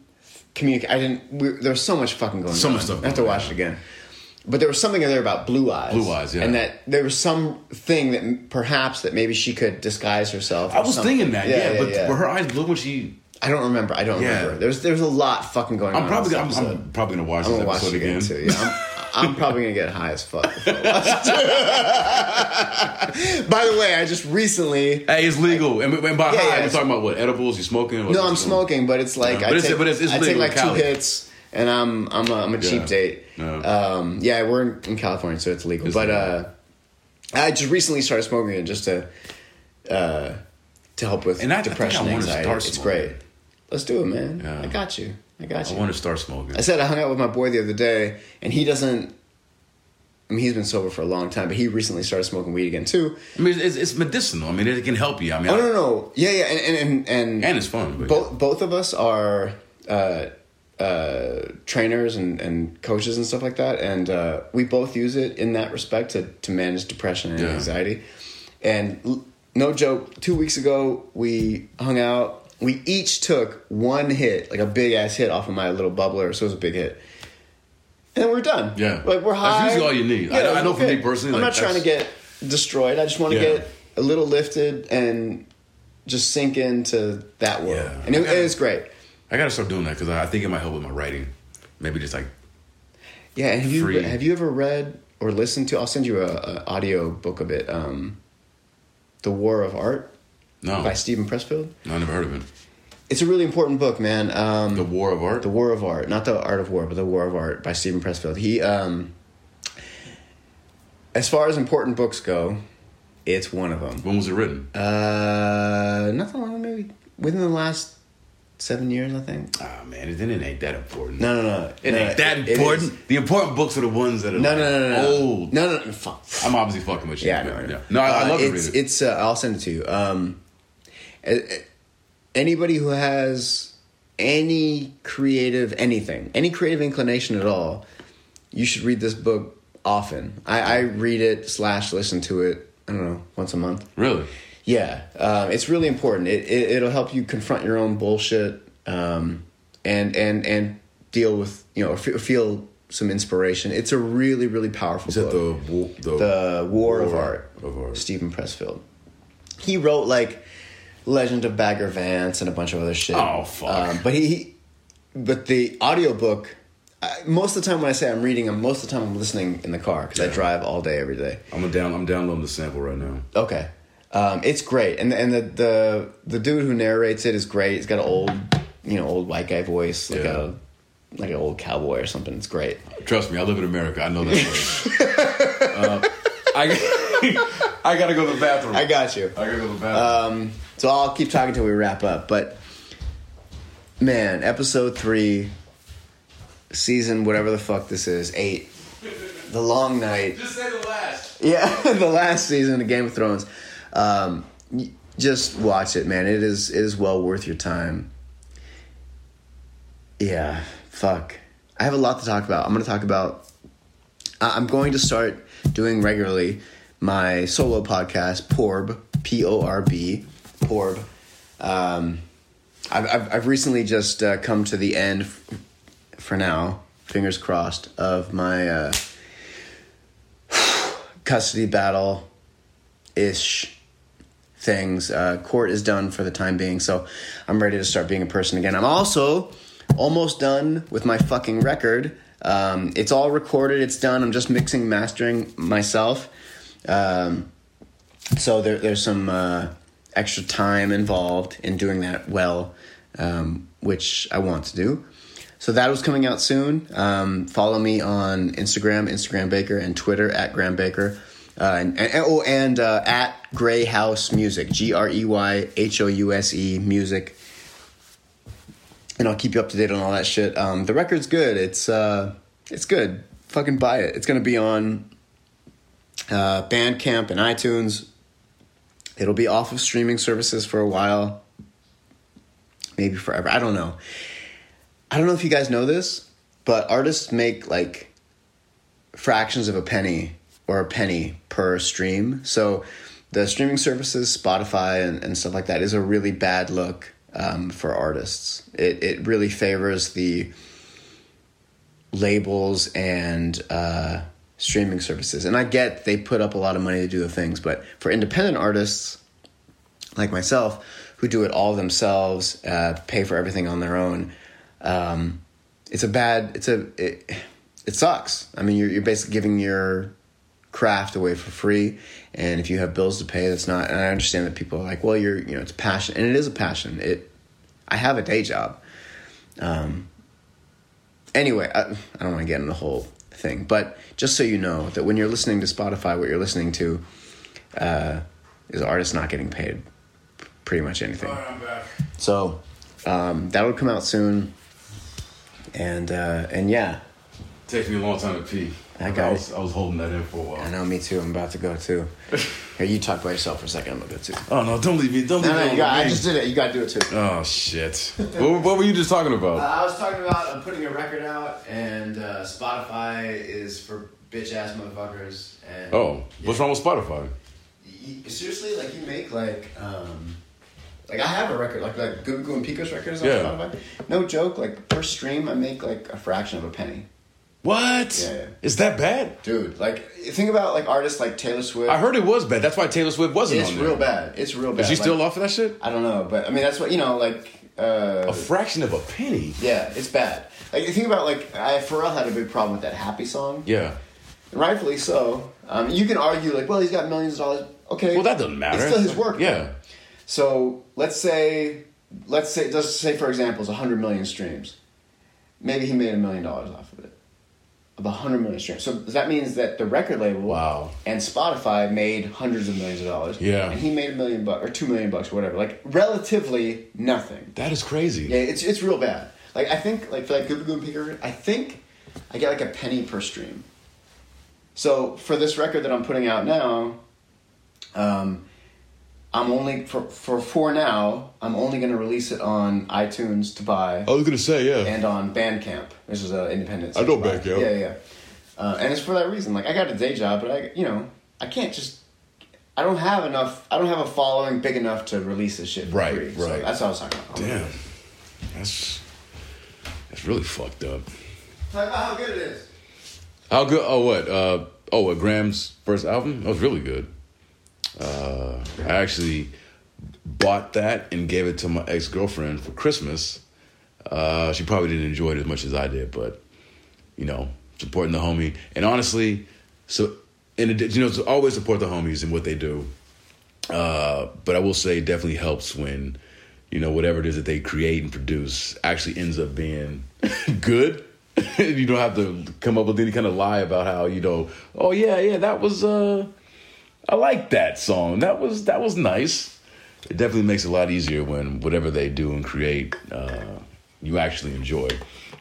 B: communic I didn't we, there was so much fucking going
A: So
B: on
A: much stuff
B: I have to
A: going
B: watch
A: on.
B: it again but there was something in there about blue eyes
A: Blue eyes, yeah.
B: and that there was something that m- perhaps that maybe she could disguise herself
A: I
B: or
A: was
B: something.
A: thinking that, yeah, but were her eyes blue when she
B: I don't remember I don't
A: Yeah.
B: remember there's there's a lot fucking going
A: I'm
B: on in
A: probably
B: this
A: I'm,
B: Oh, episode.
A: I'm probably gonna watch
B: I'm
A: this
B: gonna watch
A: episode
B: it again,
A: again.
B: too. Yeah, I'm, I'm probably gonna get high as fuck. before I watch it. [LAUGHS] By the way, I just recently.
A: Hey, it's legal. And, and by
B: Yeah,
A: high,
B: yeah,
A: we're
B: it's-
A: talking about what? Edibles? You smoking?
B: No, I'm smoking, but it's like
A: Yeah,
B: I
A: but
B: take,
A: it's- but it's- it's
B: I take
A: legal in
B: like two
A: Cali.
B: hits, and I'm I'm a, I'm a cheap
A: Yeah.
B: date.
A: Yeah.
B: Um, yeah, we're in, in California, so it's legal.
A: It's
B: but
A: legal.
B: uh, I just recently started smoking it just to uh, to help with
A: And I- I think
B: depression,
A: I wanna
B: anxiety.
A: start
B: it's
A: smoking.
B: great. Let's do it, man.
A: Yeah.
B: I got you. I got
A: I
B: you.
A: want to start smoking.
B: I said I hung out with my boy the other day, and he doesn't. I mean, he's been sober for a long time, but he recently started smoking weed again too.
A: I mean, it's, it's medicinal. I mean, it can help you. I mean,
B: Oh no, no, no. yeah, yeah, and and and,
A: and it's fun. But
B: both both of us are uh, uh, trainers and, and coaches and stuff like that, and uh, we both use it in that respect to to manage depression and
A: Yeah.
B: anxiety. And l- no joke, two weeks ago we hung out. We each took one hit, like a big ass hit off of my little bubbler, so it was a big hit. And we're done.
A: Yeah.
B: like we're
A: That's
B: high.
A: usually all you need. I- I know for me personally,
B: I'm
A: like,
B: not trying to get destroyed. I just want to
A: Yeah.
B: get a little lifted and just sink into that world.
A: Yeah.
B: And it, it was great.
A: I gotta start doing that because I, I think it might help with my writing. Maybe just like
B: Yeah, and have you
A: Free.
B: have you ever read or listened to? I'll send you a, a audio book of it. Um, the War of Art
A: no,
B: by Stephen Pressfield.
A: no, I never heard of it.
B: It's a really important book, man. Um,
A: The War of Art.
B: The War of Art, not the Art of War, but the War of Art by Stephen Pressfield. He, um, as far as important books go, it's one of them.
A: when was it written?
B: Uh, not that long, maybe within the last seven years, I think.
A: Ah, man, it, then it ain't that important.
B: No, no, no.
A: It
B: no,
A: ain't that
B: it- it
A: important.
B: is.
A: the important books are the ones that are
B: No,
A: like,
B: no, no, no, no.
A: old.
B: No, no, no. Fuck.
A: I'm obviously fucking with you.
B: Yeah, no,
A: but,
B: I know.
A: No, I, I
B: Uh,
A: love to
B: it's,
A: read it.
B: It's. Uh, I'll send it to you. Um, a- a- anybody who has any creative anything, any creative inclination at all, you should read this book often. I, I read it slash listen to it. I don't know once a month.
A: Really?
B: Yeah, um, it's really important. It, it it'll help you confront your own bullshit um, and and and deal with you know or feel, feel some inspiration. It's a really really powerful
A: Is that
B: book
A: the wo- the,
B: the War, of
A: War
B: Art,
A: of Art.
B: Stephen Pressfield. He wrote like Legend of Bagger Vance and a bunch of other shit. Um,
A: Oh, fuck.
B: but he, but the audiobook. I, most of the time when I say I'm reading, I'm most of the time I'm listening in the car because I drive all day every day.
A: I'm gonna down. I'm downloading the sample right now.
B: Okay, um, it's great, and and the, the the dude who narrates it is great. He's got an old, you know, old white guy voice, like
A: Yeah.
B: a like an old cowboy or something. It's great.
A: Trust me, I live in America. I know that. [LAUGHS] place. uh, I [LAUGHS] I gotta go to the bathroom.
B: I got you.
A: I Uh, gotta go to the bathroom.
B: Um, so I'll keep talking till we wrap up. But man, episode three, season whatever the fuck this is, eight, the long night.
A: Just say the last.
B: [LAUGHS] Yeah, the last season of Game of Thrones. Um, y- just watch it, man. It is it is well worth your time. Yeah, fuck. I have a lot to talk about. I'm going to talk about. I- I'm going to start doing regularly my solo podcast, Porb, P O R B, Porb. Um, I've, I've I've recently just uh, come to the end, f- for now. Fingers crossed of my. Uh, custody battle ish things. Uh, court is done for the time being, so I'm ready to start being a person again. I'm also almost done with my fucking record. Um, it's all recorded, it's done. I'm just mixing, mastering myself. Um, so there, there's some uh, extra time involved in doing that well, um, which I want to do. So that was coming out soon. Um, follow me on Instagram, Instagram Baker, and Twitter at Graham Baker, uh, and, and oh, and uh, at Gray House Music, G R E Y H O U S E Music. And I'll keep you up to date on all that shit. Um, the record's good. It's uh, it's good. Fucking buy it. It's gonna be on uh, Bandcamp and iTunes. It'll be off of streaming services for a while, maybe forever. I don't know. I don't know if you guys know this, but artists make like fractions of a penny or a penny per stream. So the streaming services, Spotify and, and stuff like that, is a really bad look um, for artists. It, it really favors the labels and uh, streaming services. And I get they put up a lot of money to do the things, but for independent artists like myself, who do it all themselves, uh, pay for everything on their own, um, it's a bad. It's a it, it sucks. I mean, you're you're basically giving your craft away for free, and if you have bills to pay, that's not. And I understand that people are like, well, you're you know, it's a passion, and it is a passion. It, I have a day job Um, anyway, I, I don't want to get into the whole thing, but just so you know that when you're listening to Spotify, what you're listening to uh, is artists not getting paid pretty much anything.
A: I'm back.
B: So um, that'll come out soon, and uh, and yeah,
A: Takes me a long time to pee.
B: I got
A: I was, I was holding that in for a
B: I
A: while.
B: know. Me too. I'm about to go [LAUGHS] too. Here, you talk by yourself for a second. I'm gonna go too.
A: Oh no! Don't leave me. Don't leave
B: No, no,
A: me.
B: you got, I just did it. You gotta do it too.
A: Oh shit! [LAUGHS] what, what were you just talking about?
B: Uh, I was talking about I'm putting a record out, and uh, Spotify is for bitch ass motherfuckers. And
A: oh, what's wrong with Spotify?
B: you, seriously, like you make like um like I have a record, like like Goo Goo and Pico's record is on
A: Yeah.
B: Spotify. No joke, like per stream I make like a fraction of a penny.
A: What?
B: Yeah, yeah.
A: Is that bad?
B: Dude, like think about like artists like Taylor Swift.
A: I heard it was bad. That's why Taylor Swift wasn't
B: it's
A: on there.
B: real bad. It's real bad.
A: Is she still
B: like,
A: off of that shit?
B: I don't know, but I mean that's what you know, like uh
A: A fraction of a penny.
B: yeah, it's bad. Like think about like I Pharrell had a big problem with that happy song.
A: Yeah.
B: Rightfully so. Um, you can argue like, well he's got millions of dollars. Okay.
A: Well, that doesn't matter.
B: It's still his
A: [LAUGHS]
B: work.
A: Yeah.
B: So let's say, let's say, just say for example, it's 100 million streams. Maybe he made a million dollars off of it.
C: of 100 million streams. So that means that the record label
A: Wow.
C: and Spotify made hundreds of millions of dollars.
A: Yeah.
C: And he made a million bucks or 2 million bucks or whatever. Like relatively nothing.
A: That is crazy.
C: Yeah, it's it's real bad. Like I think like for like Google Goon Picker, I think I get like a penny per stream. So for this record that I'm putting out now, um, I'm only for for for now I'm only going to release it on iTunes to buy
A: I was gonna say, yeah.
C: and on Bandcamp. This is an independent.
A: I know
C: to buy.
A: Bandcamp.
C: Yeah, yeah. Uh, and it's for that reason. Like I got a day job, but I you know I can't just. I don't have enough. I don't have a following big enough to release this shit. For
A: Right,
C: free. So
A: right.
C: that's what I was talking about.
A: Damn, that's that's really fucked up.
C: Talk about how good it is.
A: How good? Oh, what? Uh, oh, what? Graham's first album? That was really good. Uh, I actually bought that and gave it to my ex girlfriend for Christmas. Uh, she probably didn't enjoy it as much as I did, but you know, supporting the homie. And honestly, so in addi- you know, to always support the homies and what they do. Uh, but I will say, it definitely helps when you know whatever it is that they create and produce actually ends up being [LAUGHS] good. you don't have to come up with any kind of lie about how you know. Oh yeah, yeah, that was. Uh, I like that song. That was that was nice. It definitely makes it a lot easier when whatever they do and create, uh, you actually enjoy.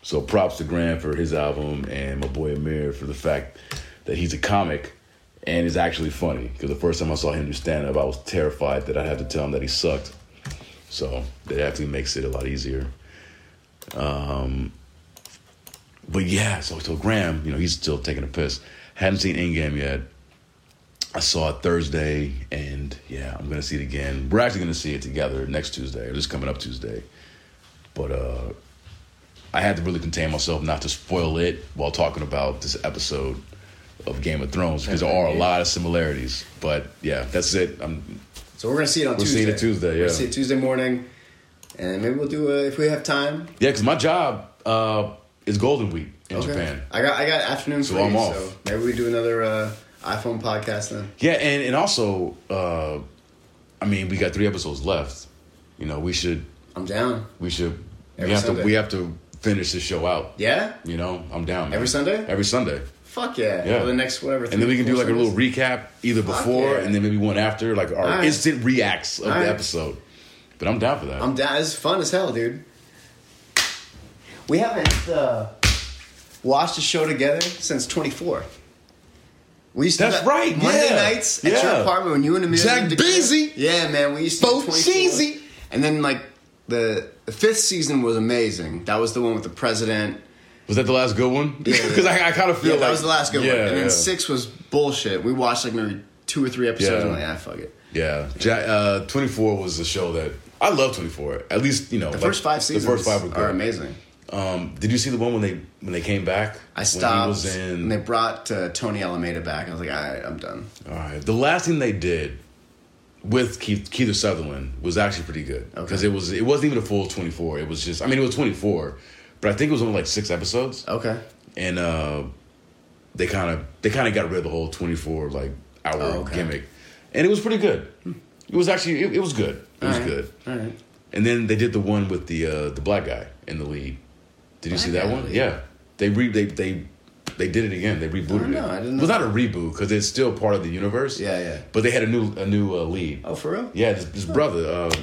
A: So props to Graham for his album and my boy Amir for the fact that he's a comic and is actually funny. Because the first time I saw him do stand up, I was terrified that I'd have to tell him that he sucked. So that definitely makes it a lot easier. Um, But yeah, so so Graham, you know, he's still taking a piss. Hadn't seen In Game yet. I saw it Thursday, and yeah, I'm gonna see it again. We're actually gonna see it together next Tuesday, or just coming up Tuesday. But uh I had to really contain myself not to spoil it while talking about this episode of Game of Thrones because there are a lot of similarities. But yeah, that's it. I'm
B: So we're gonna see it on
A: We'll see
B: Tuesday.
A: it Tuesday,
B: We'll
A: yeah.
B: see it Tuesday morning, and maybe we'll do a, if we have time.
A: yeah, because my job uh is Golden Week in Japan.
B: I got I got afternoon
A: So
B: free,
A: I'm off.
B: so maybe we do another uh, iPhone podcast then.
A: Yeah, and and also, uh, I mean, we got three episodes left. You know, we should
B: I'm down.
A: we should we
B: Every
A: have
B: Sunday.
A: to we have to finish this show out.
B: Yeah.
A: You know, I'm down. man.
B: Every Sunday?
A: Every Sunday,
B: Fuck yeah.
A: Yeah.
B: Well, the next whatever.
A: and then we can do like a little
B: re-
A: recap either before
B: yeah.
A: and then maybe one after, like our
B: Alright.
A: instant reacts of
B: Alright.
A: the episode. But I'm down for that.
B: I'm down. It's fun as hell, dude.
C: We haven't. Uh,
B: Watched a show together since 24. We used to
A: That's
B: do that
A: right,
B: Monday
A: yeah.
B: nights at your
A: Yeah.
B: apartment when you and Amelia
A: Jack
B: lived together.
A: Beasy.
B: Yeah, man. We used to do
A: Bo
B: 24.
A: Cheesy.
B: And then like the, the fifth season was amazing. That was the one with
A: [LAUGHS]
B: the president.
A: was that the last good one?
B: Yeah,
A: [LAUGHS]
B: yeah.
A: Because I, I kind of feel
B: Yeah,
A: like
B: that was the last good
A: yeah,
B: one. And then
A: yeah.
B: six was bullshit. We watched like maybe two or three episodes
A: Yeah.
B: and I'm like, ah, fuck it.
A: Yeah, ja uh, 24 was the show that I love. 24, at least you know
B: The first five seasons
A: The first five were good.
B: are amazing.
A: Um, did you see the one when they when they came back?
B: I stopped.
A: When he was in.
B: And they brought uh, Tony Alameda back. I was like, all right, I'm done.
A: all right. The last thing they did with Keith Keith Sutherland was actually pretty good because
B: Okay.
A: it was it wasn't even a full twenty four. It was just I mean it was twenty four, but I think it was only like six episodes,
B: Okay.
A: and uh, they kind of they kind of got rid of the whole twenty four like hour
B: Oh, okay.
A: gimmick, and it was pretty good. It was actually it, it was good. It was
B: All right.
A: good.
B: All right.
A: And then they did the one with the uh, the black guy in the lead. Did you see
B: Black
A: that
B: guy in
A: one?
B: the lead?
A: Yeah, they re they they they did it again. They rebooted
B: know.
A: it.
B: I didn't
A: It was
B: know.
A: not a reboot because it's still part of the universe.
B: Yeah, yeah.
A: But they had a new a new uh, lead.
B: Oh, for real?
A: Yeah, this, this brother. Uh,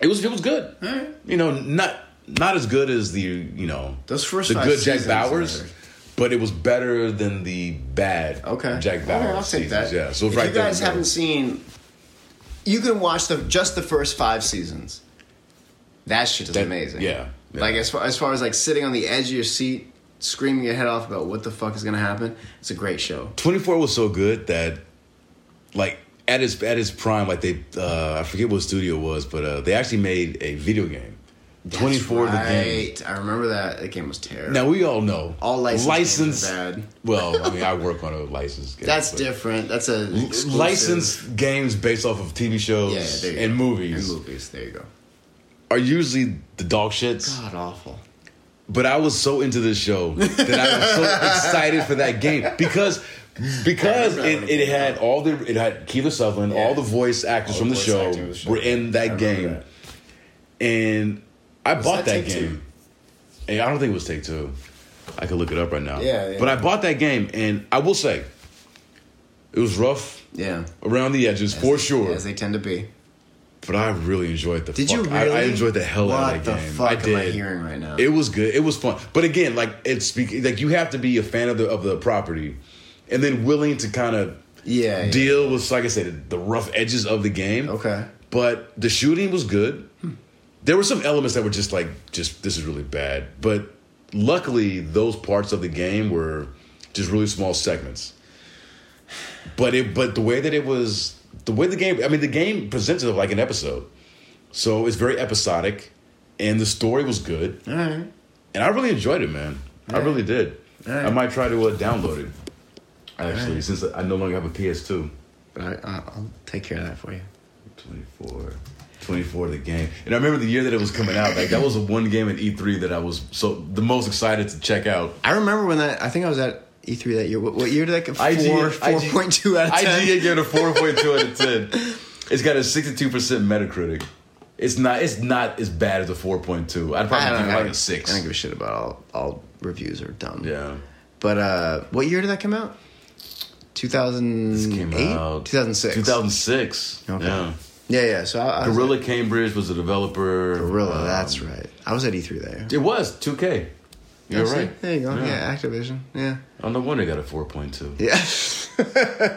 A: it was it was good.
B: Alright.
A: You know, not not as good as the you know
B: Those first
A: the
B: five
A: good Jack
B: seasons
A: Bowers.
B: are-
A: But it was better than the bad
B: Okay.
A: Jack
B: All
A: Bauer.
B: right, I'll take that.
A: Yeah. So
B: if
A: right
B: you
A: there in
B: guys
A: the middle.
B: haven't seen, you can watch the just the first five seasons. That shit is
A: That-
B: amazing.
A: yeah, yeah.
B: Like as far as far as like sitting on the edge of your seat, screaming your head off about what the fuck is gonna happen. It's a great show.
A: 24 was so good that like at its at its prime like they uh i forget what studio it was but uh they actually made a video game 24
B: That's
A: the game
B: right. I remember that. That game was terrible.
A: now we all know
B: all licensed,
A: license
B: games are bad.
A: well i mean i work
B: [LAUGHS]
A: on a license game
B: That's
A: but
B: different. That's a exclusive-
A: licensed games based off of tv shows
B: Yeah, there you
A: and
B: go.
A: movies
B: And movies. There you go.
A: are usually the dog shits
B: God awful.
A: but I was so into this show that I was so excited for that game because because
B: I remember
A: it, it had all the it had Keith Sutherland, all the voice actors
B: All
A: from
B: the
A: the
B: voice
A: show,
B: acting was show.
A: were in
B: I
A: that
B: remember
A: game,
B: that.
A: and I bought
B: that
A: that,
B: Take Two?
A: game. And I don't think it was Take Two. I could look it up right now.
C: Yeah, yeah.
A: But I bought that game, and I will say, it was rough
C: Yeah.
A: around the edges for sure.
C: As they tend to be.
A: but I really enjoyed the.
C: Did
A: fuck,
C: you
A: I- I,
C: really?
A: enjoyed the hell out
C: What
A: of
C: the
A: that game.
C: fuck
A: I
C: am
A: did.
C: I hearing right now?
A: It was good. It was fun. But again, like it's bec- like you have to be a fan of the of the property, and then willing to kind of
C: Yeah, yeah.
A: deal with like I said the rough edges of the game.
C: Okay.
A: But the shooting was good. There were some elements that were just like just this is really bad. But luckily, those parts of the game were just really small segments. But it but the way that it was the way the game I mean the game presented it like an episode. So it's very episodic and the story was good.
C: All right.
A: And I really enjoyed it, man. I really did.
C: Alright.
A: I might try to uh, download it. Actually,
C: Alright.
A: since I no longer have a PS2.
B: But I, I- I'll take care of that for you.
A: 24. 24 the game. And I remember the year that it was coming out. Like that was the one game at E3 that I was so the most excited to check out.
B: I remember when that. I think I was at E3 that year. What, what year did that? Get? Four,
A: IGN
B: four point two out of ten.
A: IGN gave it a 4.2 out of 10. [LAUGHS] It's got a 62% Metacritic. It's not it's not as bad as a 4.2. I'd
B: I
A: probably
B: don't
A: give it
B: know.
A: like a
B: I don't
A: 6.
B: give a shit about all all reviews are dumb.
A: Yeah.
B: But uh, what year did that come out? Two thousand
A: Came
B: eight.
A: out-
B: Two thousand six.
A: 2006.
B: Okay.
A: Yeah.
B: Yeah, yeah. So I, I was
A: Gorilla Cambridge was a developer.
B: at- Gorilla.
A: Um,
B: that's right. I was at E3 there.
A: It was 2K. You're
B: See?
A: right.
B: There you go. Oh, Yeah.
A: Yeah.
B: Activision. Yeah.
A: Oh, no wonder it got a 4.2.
B: Yeah.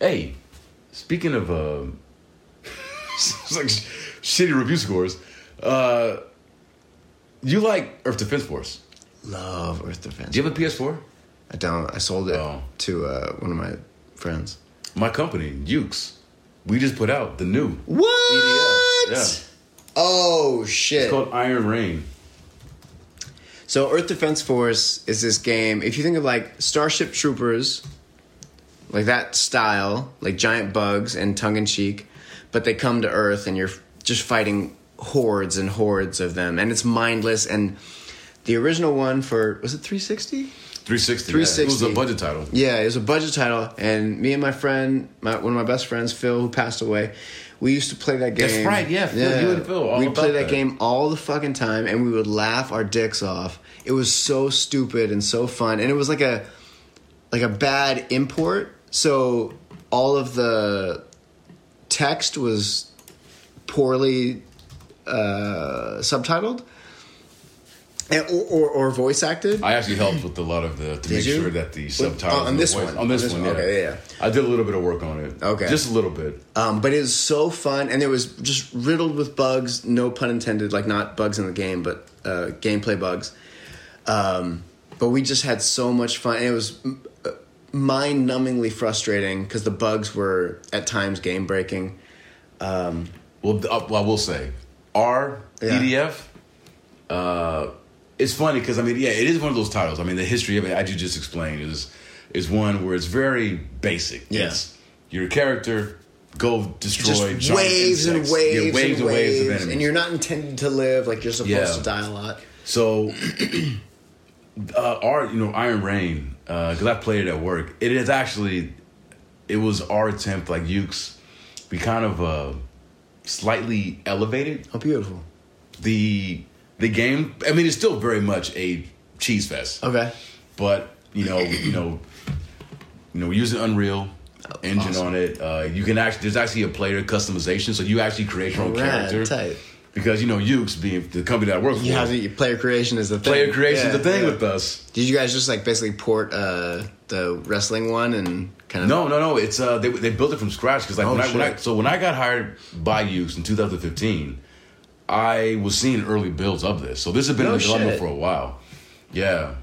A: Hey, speaking of uh, [LAUGHS] it's like sh- shitty review scores, uh, you like Earth Defense Force?
B: [LAUGHS] Love Earth Defense.
A: Do you have a PS4?
B: I don't. I sold it
A: Oh.
B: to uh, one of my friends.
A: My company, Ukes, we just put out the new.
B: What?
A: E Yeah.
B: Oh shit.
A: It's called Iron Rain.
B: So Earth Defense Force is this game. If you think of like Starship Troopers, like that style, like giant bugs and tongue in cheek, but they come to Earth and you're just fighting hordes and hordes of them, and it's mindless. And the original one for was it 360?
A: 360.
B: 360.
A: It was a budget title.
B: Yeah, it was a budget title, and me and my friend, my, one of my best friends, Phil, who passed away, we used to play that game.
A: That's right, yeah, Phil, you and Phil, all
B: we
A: about
B: play that,
A: that.
B: game all the fucking time, and we would laugh our dicks off. It was so stupid and so fun, and it was like a like a bad import. So all of the text was poorly uh, subtitled, and, or, or or voice acted.
A: I actually helped with a lot of the to make
B: you?
A: sure that the
B: With- oh,
A: subtitles
B: on
A: and the
B: this
A: voice-
B: one?
A: on this, one, yeah.
B: okay, yeah.
A: I did a little bit of work on it.
B: Okay.
A: just a little bit.
B: Um, but it was so fun, and it was just riddled with bugs. No pun intended, like not bugs in the game, but uh, gameplay bugs. Um, but we just had so much fun. And it was mind numbingly frustrating because the bugs were at times game breaking.
A: Well, th- uh, well, I will say, our
B: Yeah.
A: EDF. Uh, it's funny because I mean, yeah, it is one of those titles. I mean, the history of it, as you just explained, is is one where it's very basic.
B: Yeah.
A: It's your character go destroy
B: Just
A: giant
B: waves and
A: insects.
B: waves,
A: Yeah, waves
B: and waves,
A: of enemies.
B: and you're not intended to live. Like you're supposed
A: Yeah.
B: to die a lot.
A: So, [CLEARS THROAT] uh, our you know Iron Rain because I played it at work. It is actually it was our attempt like Ukes. We kind of uh, slightly elevated
B: Oh, beautiful.
A: the the game. I mean, it's still very much a cheese fest,
B: Okay.
A: but you know you know you know we're using Unreal engine
B: awesome.
A: on it. Uh, you can actually there's actually a player customization, so you actually create your own
B: Rad,
A: character.
B: tight.
A: Because you know Ukes being the company that I work for,
B: You have to, your player creation is the thing.
A: player creation the
B: Yeah,
A: thing
B: yeah.
A: with us.
B: Did you guys just like basically port uh, the wrestling one and kind of
A: No, no, no. It's uh, they they built it from scratch because like
B: Oh,
A: when, I, when I
B: shit.
A: so when I got hired by Ukes in 2015, I was seeing early builds of this. So this has been
B: No
A: in development
B: shit.
A: for a while. Yeah,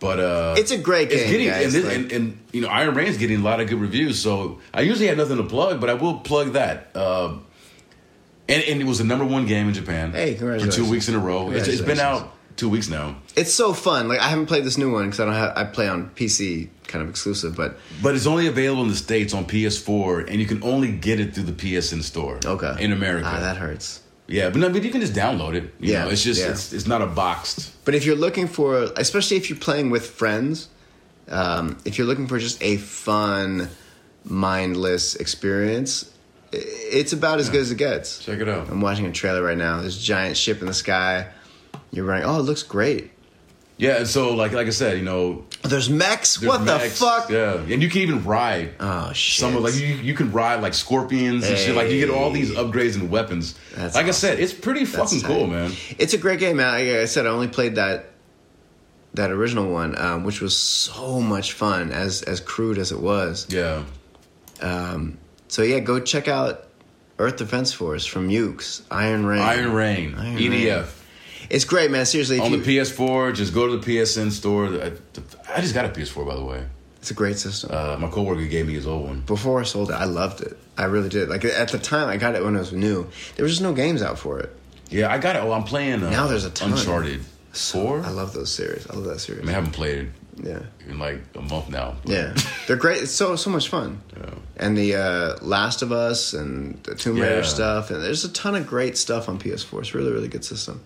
A: but uh,
B: It's a great game,
A: It's getting
B: guys,
A: and, this,
B: like-
A: and, and you know Iron Rain's getting a lot of good reviews. So I usually have nothing to plug, but I will plug that. Um, and and it was the number one game in Japan.
B: Hey,
A: for two
B: congratulations.
A: weeks in a row. It's, it's been
B: Congratulations.
A: out two weeks now,
B: It's so fun. Like I haven't played this new one because I don't have. I play on PC, kind of exclusive, but
A: but it's only available in the states on PS4, and you can only get it through the PSN store.
B: okay.
A: in America.
B: ah, that hurts.
A: Yeah, but no, but you can just download it. You
B: Yeah,
A: know, it's just
B: yeah.
A: it's, it's not a boxed.
B: But if you're looking for, especially if you're playing with friends, um, if you're looking for just a fun, mindless experience, i- it's about as good as it gets.
A: Check it out.
B: I'm watching a trailer right now. There's a giant ship in the sky. You're right. Oh, it looks great.
A: Yeah, and so like like I said, you know,
B: There's mechs.
A: there's
B: what
A: mechs,
B: the fuck?
A: Yeah, and you can even ride
B: Oh shit.
A: some of like you you can ride like scorpions and shit. Like you get all these upgrades and weapons.
B: That's
A: like I
B: awesome.
A: said, it's pretty
B: That's
A: fucking
B: tight.
A: cool, man.
B: It's a great game, man. Like I said, I only played that that original one, um, which was so much fun, as as crude as it was.
A: Yeah,
B: So yeah, go check out Earth Defense Force from Ukes, Iron Rain.
A: Iron Rain,
B: Iron
A: EDF.
B: Rain. It's great, man. Seriously, if
A: On the
B: you-
A: PS4, just go to the PSN store. I, I just got a PS4, by the way.
B: it's a great system.
A: Uh, my coworker gave me his old one.
B: Before I sold it, I loved it. I really did. Like at the time, I got it when it was new. There was just no games out for it.
A: Yeah, I got it. Oh, I'm playing. Uh,
B: Now there's a ton.
A: Uncharted Four.
B: I love those series. I love that series.
A: I mean, I haven't played it
B: Yeah,
A: in like a month now.
B: yeah, they're great. It's so so much fun.
A: Yeah.
B: And the uh, Last of Us and the Tomb
A: Yeah.
B: Raider stuff, and there's a ton of great stuff on PS4. It's a really really good system.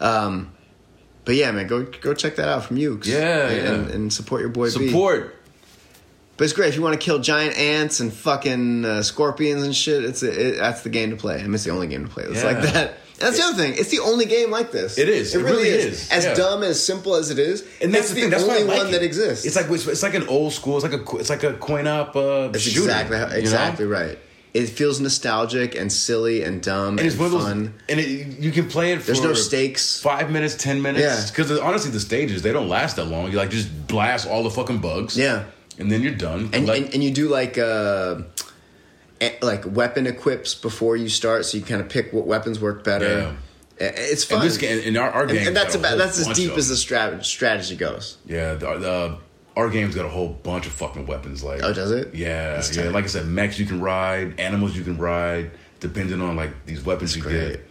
B: Um, but yeah, man, go go check that out from Ukes.
A: Yeah,
B: and,
A: yeah.
B: And, and support your boy. B.
A: Support.
B: But it's great if you want to kill giant ants and fucking uh, scorpions and shit. It's it, that's the game to play. I mean, it's the only game to play that's
A: Yeah.
B: like that. And that's the other thing. It's the only game like this.
A: It is. It really is.
B: As
A: Yeah.
B: dumb as simple as it is,
A: And that's
B: it's
A: the, thing. That's
B: only
A: why I like
B: one
A: it.
B: that exists.
A: It's like it's, it's like an old school. It's like a co- it's like a coin op. Uh,
B: That's
A: shooter,
B: exactly how,
A: you know?
B: exactly right. It feels nostalgic and silly and dumb and,
A: And it's one of those,
B: fun.
A: and it, you can play it. For
B: There's no stakes.
A: Five minutes, ten minutes.
B: Yeah.
A: Because honestly, the stages they don't last that long. You like just blast all the fucking bugs.
B: Yeah.
A: And then you're done.
B: and,
A: Like-
B: and and you do like uh, e- like weapon equips before you start, so you kind of pick what weapons work better. I- It's fun.
A: and this game, in our, our
B: And-
A: game,
B: and that's about that's as deep as
A: the
B: the strat- strategy goes.
A: yeah. The, the, our game's got a whole bunch of fucking weapons. Like
B: Oh, does it?
A: Yeah,
B: That's
A: yeah.
B: tight.
A: Like I said, mechs you can ride, animals you can ride, depending on like these weapons you
B: great.
A: get.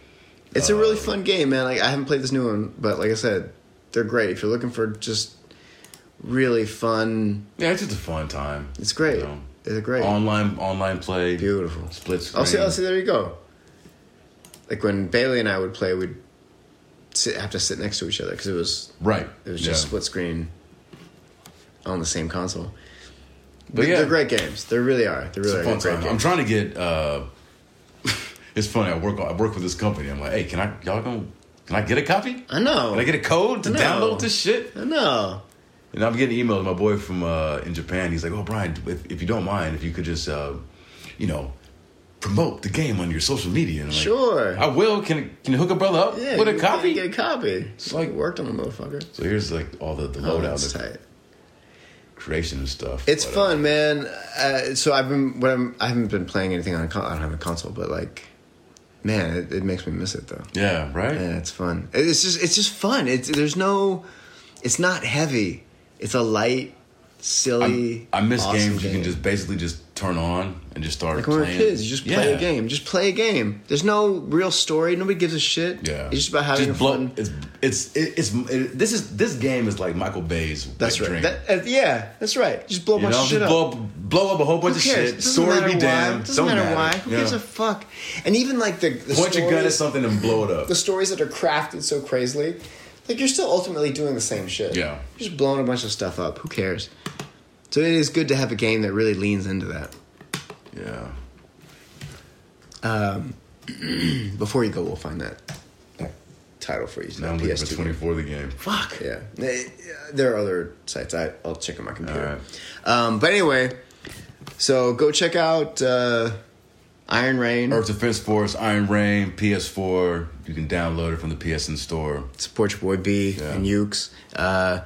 B: It's a really fun game, man. Like I haven't played this new one, but like I said, they're great. If you're looking for just really fun,
A: Yeah, it's just a fun time.
B: it's great.
A: You know?
B: It's great.
A: Online online play.
B: Beautiful.
A: Split screen.
B: Oh, see, oh, see, there you go. Like when Bailey and I would play, we'd sit, have to sit next to each other because it was
A: Right.
B: it was just
A: yeah.
B: split screen on the same console.
A: But yeah,
B: They're great games. They really are. They really
A: It's a
B: are
A: fun
B: great
A: time. I'm
B: games.
A: trying to get. uh [LAUGHS] It's funny. I work. I work with this company. I'm like, hey, can I? Y'all gonna? Can I get a copy?
B: I know.
A: Can I get a code to
B: No.
A: download this shit?
B: I know.
A: And I'm getting emails. My boy from uh, in Japan. He's like, oh, Brian, if, if you don't mind, if you could just, uh, you know, promote the game on your social media. And I'm like,
B: Sure.
A: I will. Can can you hook a brother up
B: Yeah,
A: with a
B: you-
A: copy?
B: you Get a copy. It's
A: like-
B: like worked on the motherfucker.
A: So here's like all the the
B: Oh,
A: loadout,
B: that's
A: the
B: tight.
A: creation and stuff.
B: It's
A: But, uh,
B: fun, man. Uh, so I've been what I'm. I haven't been playing anything on. a Con- I don't have a console, but like, man, it, it makes me miss it though.
A: Yeah. Right.
B: Yeah, it's fun. It's just it's just fun. It's there's no. It's not heavy. It's a light, silly.
A: I miss
B: awesome
A: games you can
B: game.
A: just basically just turn on and just start
B: Like when we were
A: playing.
B: kids, you just play
A: Yeah.
B: a game. Just play a game. There's no real story. Nobody gives a shit.
A: Yeah,
B: It's just about having
A: Just
B: a
A: blow-
B: fun.
A: It's it's it, it's it, this is this game is like Michael Bay's.
B: That's
A: wet
B: right.
A: dream.
B: That, uh, yeah, that's right. Just blow a
A: you
B: bunch
A: know,
B: of shit
A: just
B: up.
A: blow up, blow up a whole bunch
B: Who
A: of
B: cares?
A: shit.
B: Doesn't
A: Story
B: matter
A: be
B: why.
A: damned.
B: Doesn't
A: Don't
B: matter, why. Who
A: Yeah.
B: gives a fuck? And even like the, the
A: Point your gun at
B: stories-
A: something and blow it up.
B: the stories that are crafted so crazily, like you're still ultimately doing the same shit.
A: Yeah.
B: You're just blowing a bunch of stuff up. Who cares? So it is good to have a game that really leans into that.
A: Yeah.
B: Before you go, we'll find that, that title for you.
A: Now
B: that
A: I'm looking for
B: PS2.
A: 24 of the game.
B: Fuck. Yeah. Eh, There are other sites. I, I'll check on my computer.
A: Alright.
B: Um, but anyway, so go check out uh, Iron Rain.
A: Earth Defense Force, Iron Rain, PS4. You can download it from the PSN store.
B: support your boy B
A: Yeah.
B: and Ukes. Uh,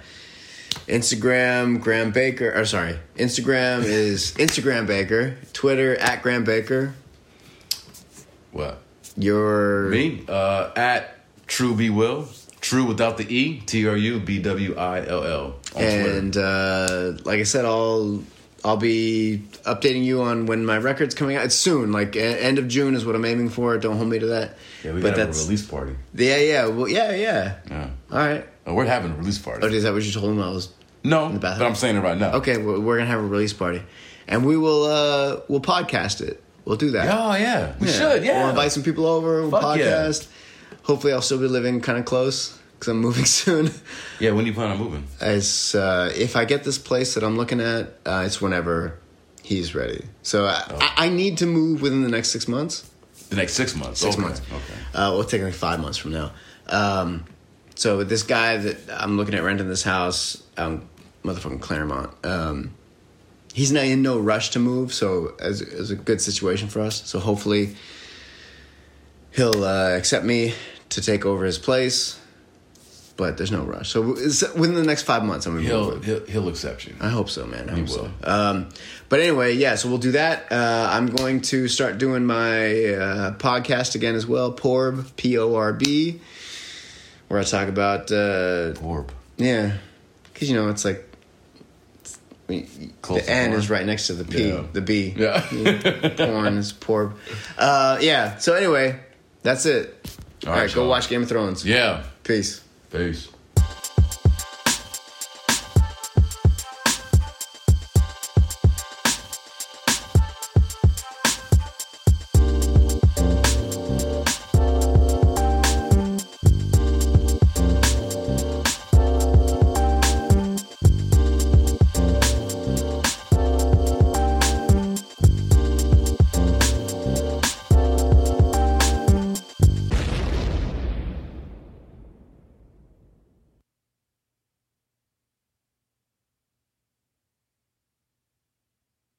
B: Instagram Graham Baker, or sorry, Instagram [LAUGHS] is Instagram Baker. Twitter at Graham Baker.
A: What?
B: Your
A: Me? Uh, at True Be Will. True without the E. T R U B W I L L. On Twitter.
B: and uh, like I said, I'll I'll be updating you on when my record's coming out. It's soon, like e- end of June is what I'm aiming for. Don't hold me to that.
A: Yeah, we
B: but
A: got a
B: that's
A: release party.
B: yeah, yeah, well, yeah, yeah.
A: Yeah.
B: All right.
A: Oh, we're having a release party.
B: Oh, is that what you told him? I was
A: No,
B: the
A: but
B: bathroom.
A: I'm saying it right now.
B: okay. We're, we're gonna have a release party, and we will uh, we'll podcast it. We'll do that.
A: Oh yeah, we should. Yeah.
B: We'll invite some people over. We'll
A: Fuck yeah.
B: podcast. Hopefully, I'll still be living kind of close because I'm [LAUGHS] moving soon.
A: yeah. When do you plan on moving?
B: As uh, if I get this place that I'm looking at, uh, it's whenever he's ready. So I,
A: Oh.
B: I, I need to move within the next six months.
A: The next six months.
B: Six
A: Okay,
B: months.
A: Okay.
B: Uh, well, technically five months from now. Um, So this guy that I'm looking at renting this house, um, motherfucking Claremont. Um, he's not in no rush to move, so as is a good situation for us. So hopefully, he'll uh, accept me to take over his place. But there's no rush. So it's- within the next five months, I'm gonna move.
A: He'll,
B: it.
A: he'll he'll accept you.
B: I hope so, man. I hope so.
A: will.
B: Um, but anyway, yeah. So we'll do that. Uh, I'm going to start doing my uh, podcast again as well. Porb, P O R B, where I talk about uh,
A: Orb.
B: yeah, because you know it's like it's- I mean,
A: Close
B: the
A: to
B: N
A: porn.
B: is right next to the P,
A: Yeah.
B: the B. [LAUGHS]
A: Yeah. [LAUGHS]
B: porn is porb. Uh, yeah. So anyway, that's it. All
A: right,
B: right, go
A: y'all.
B: watch Game of Thrones.
A: Yeah.
B: Peace.
A: Peace.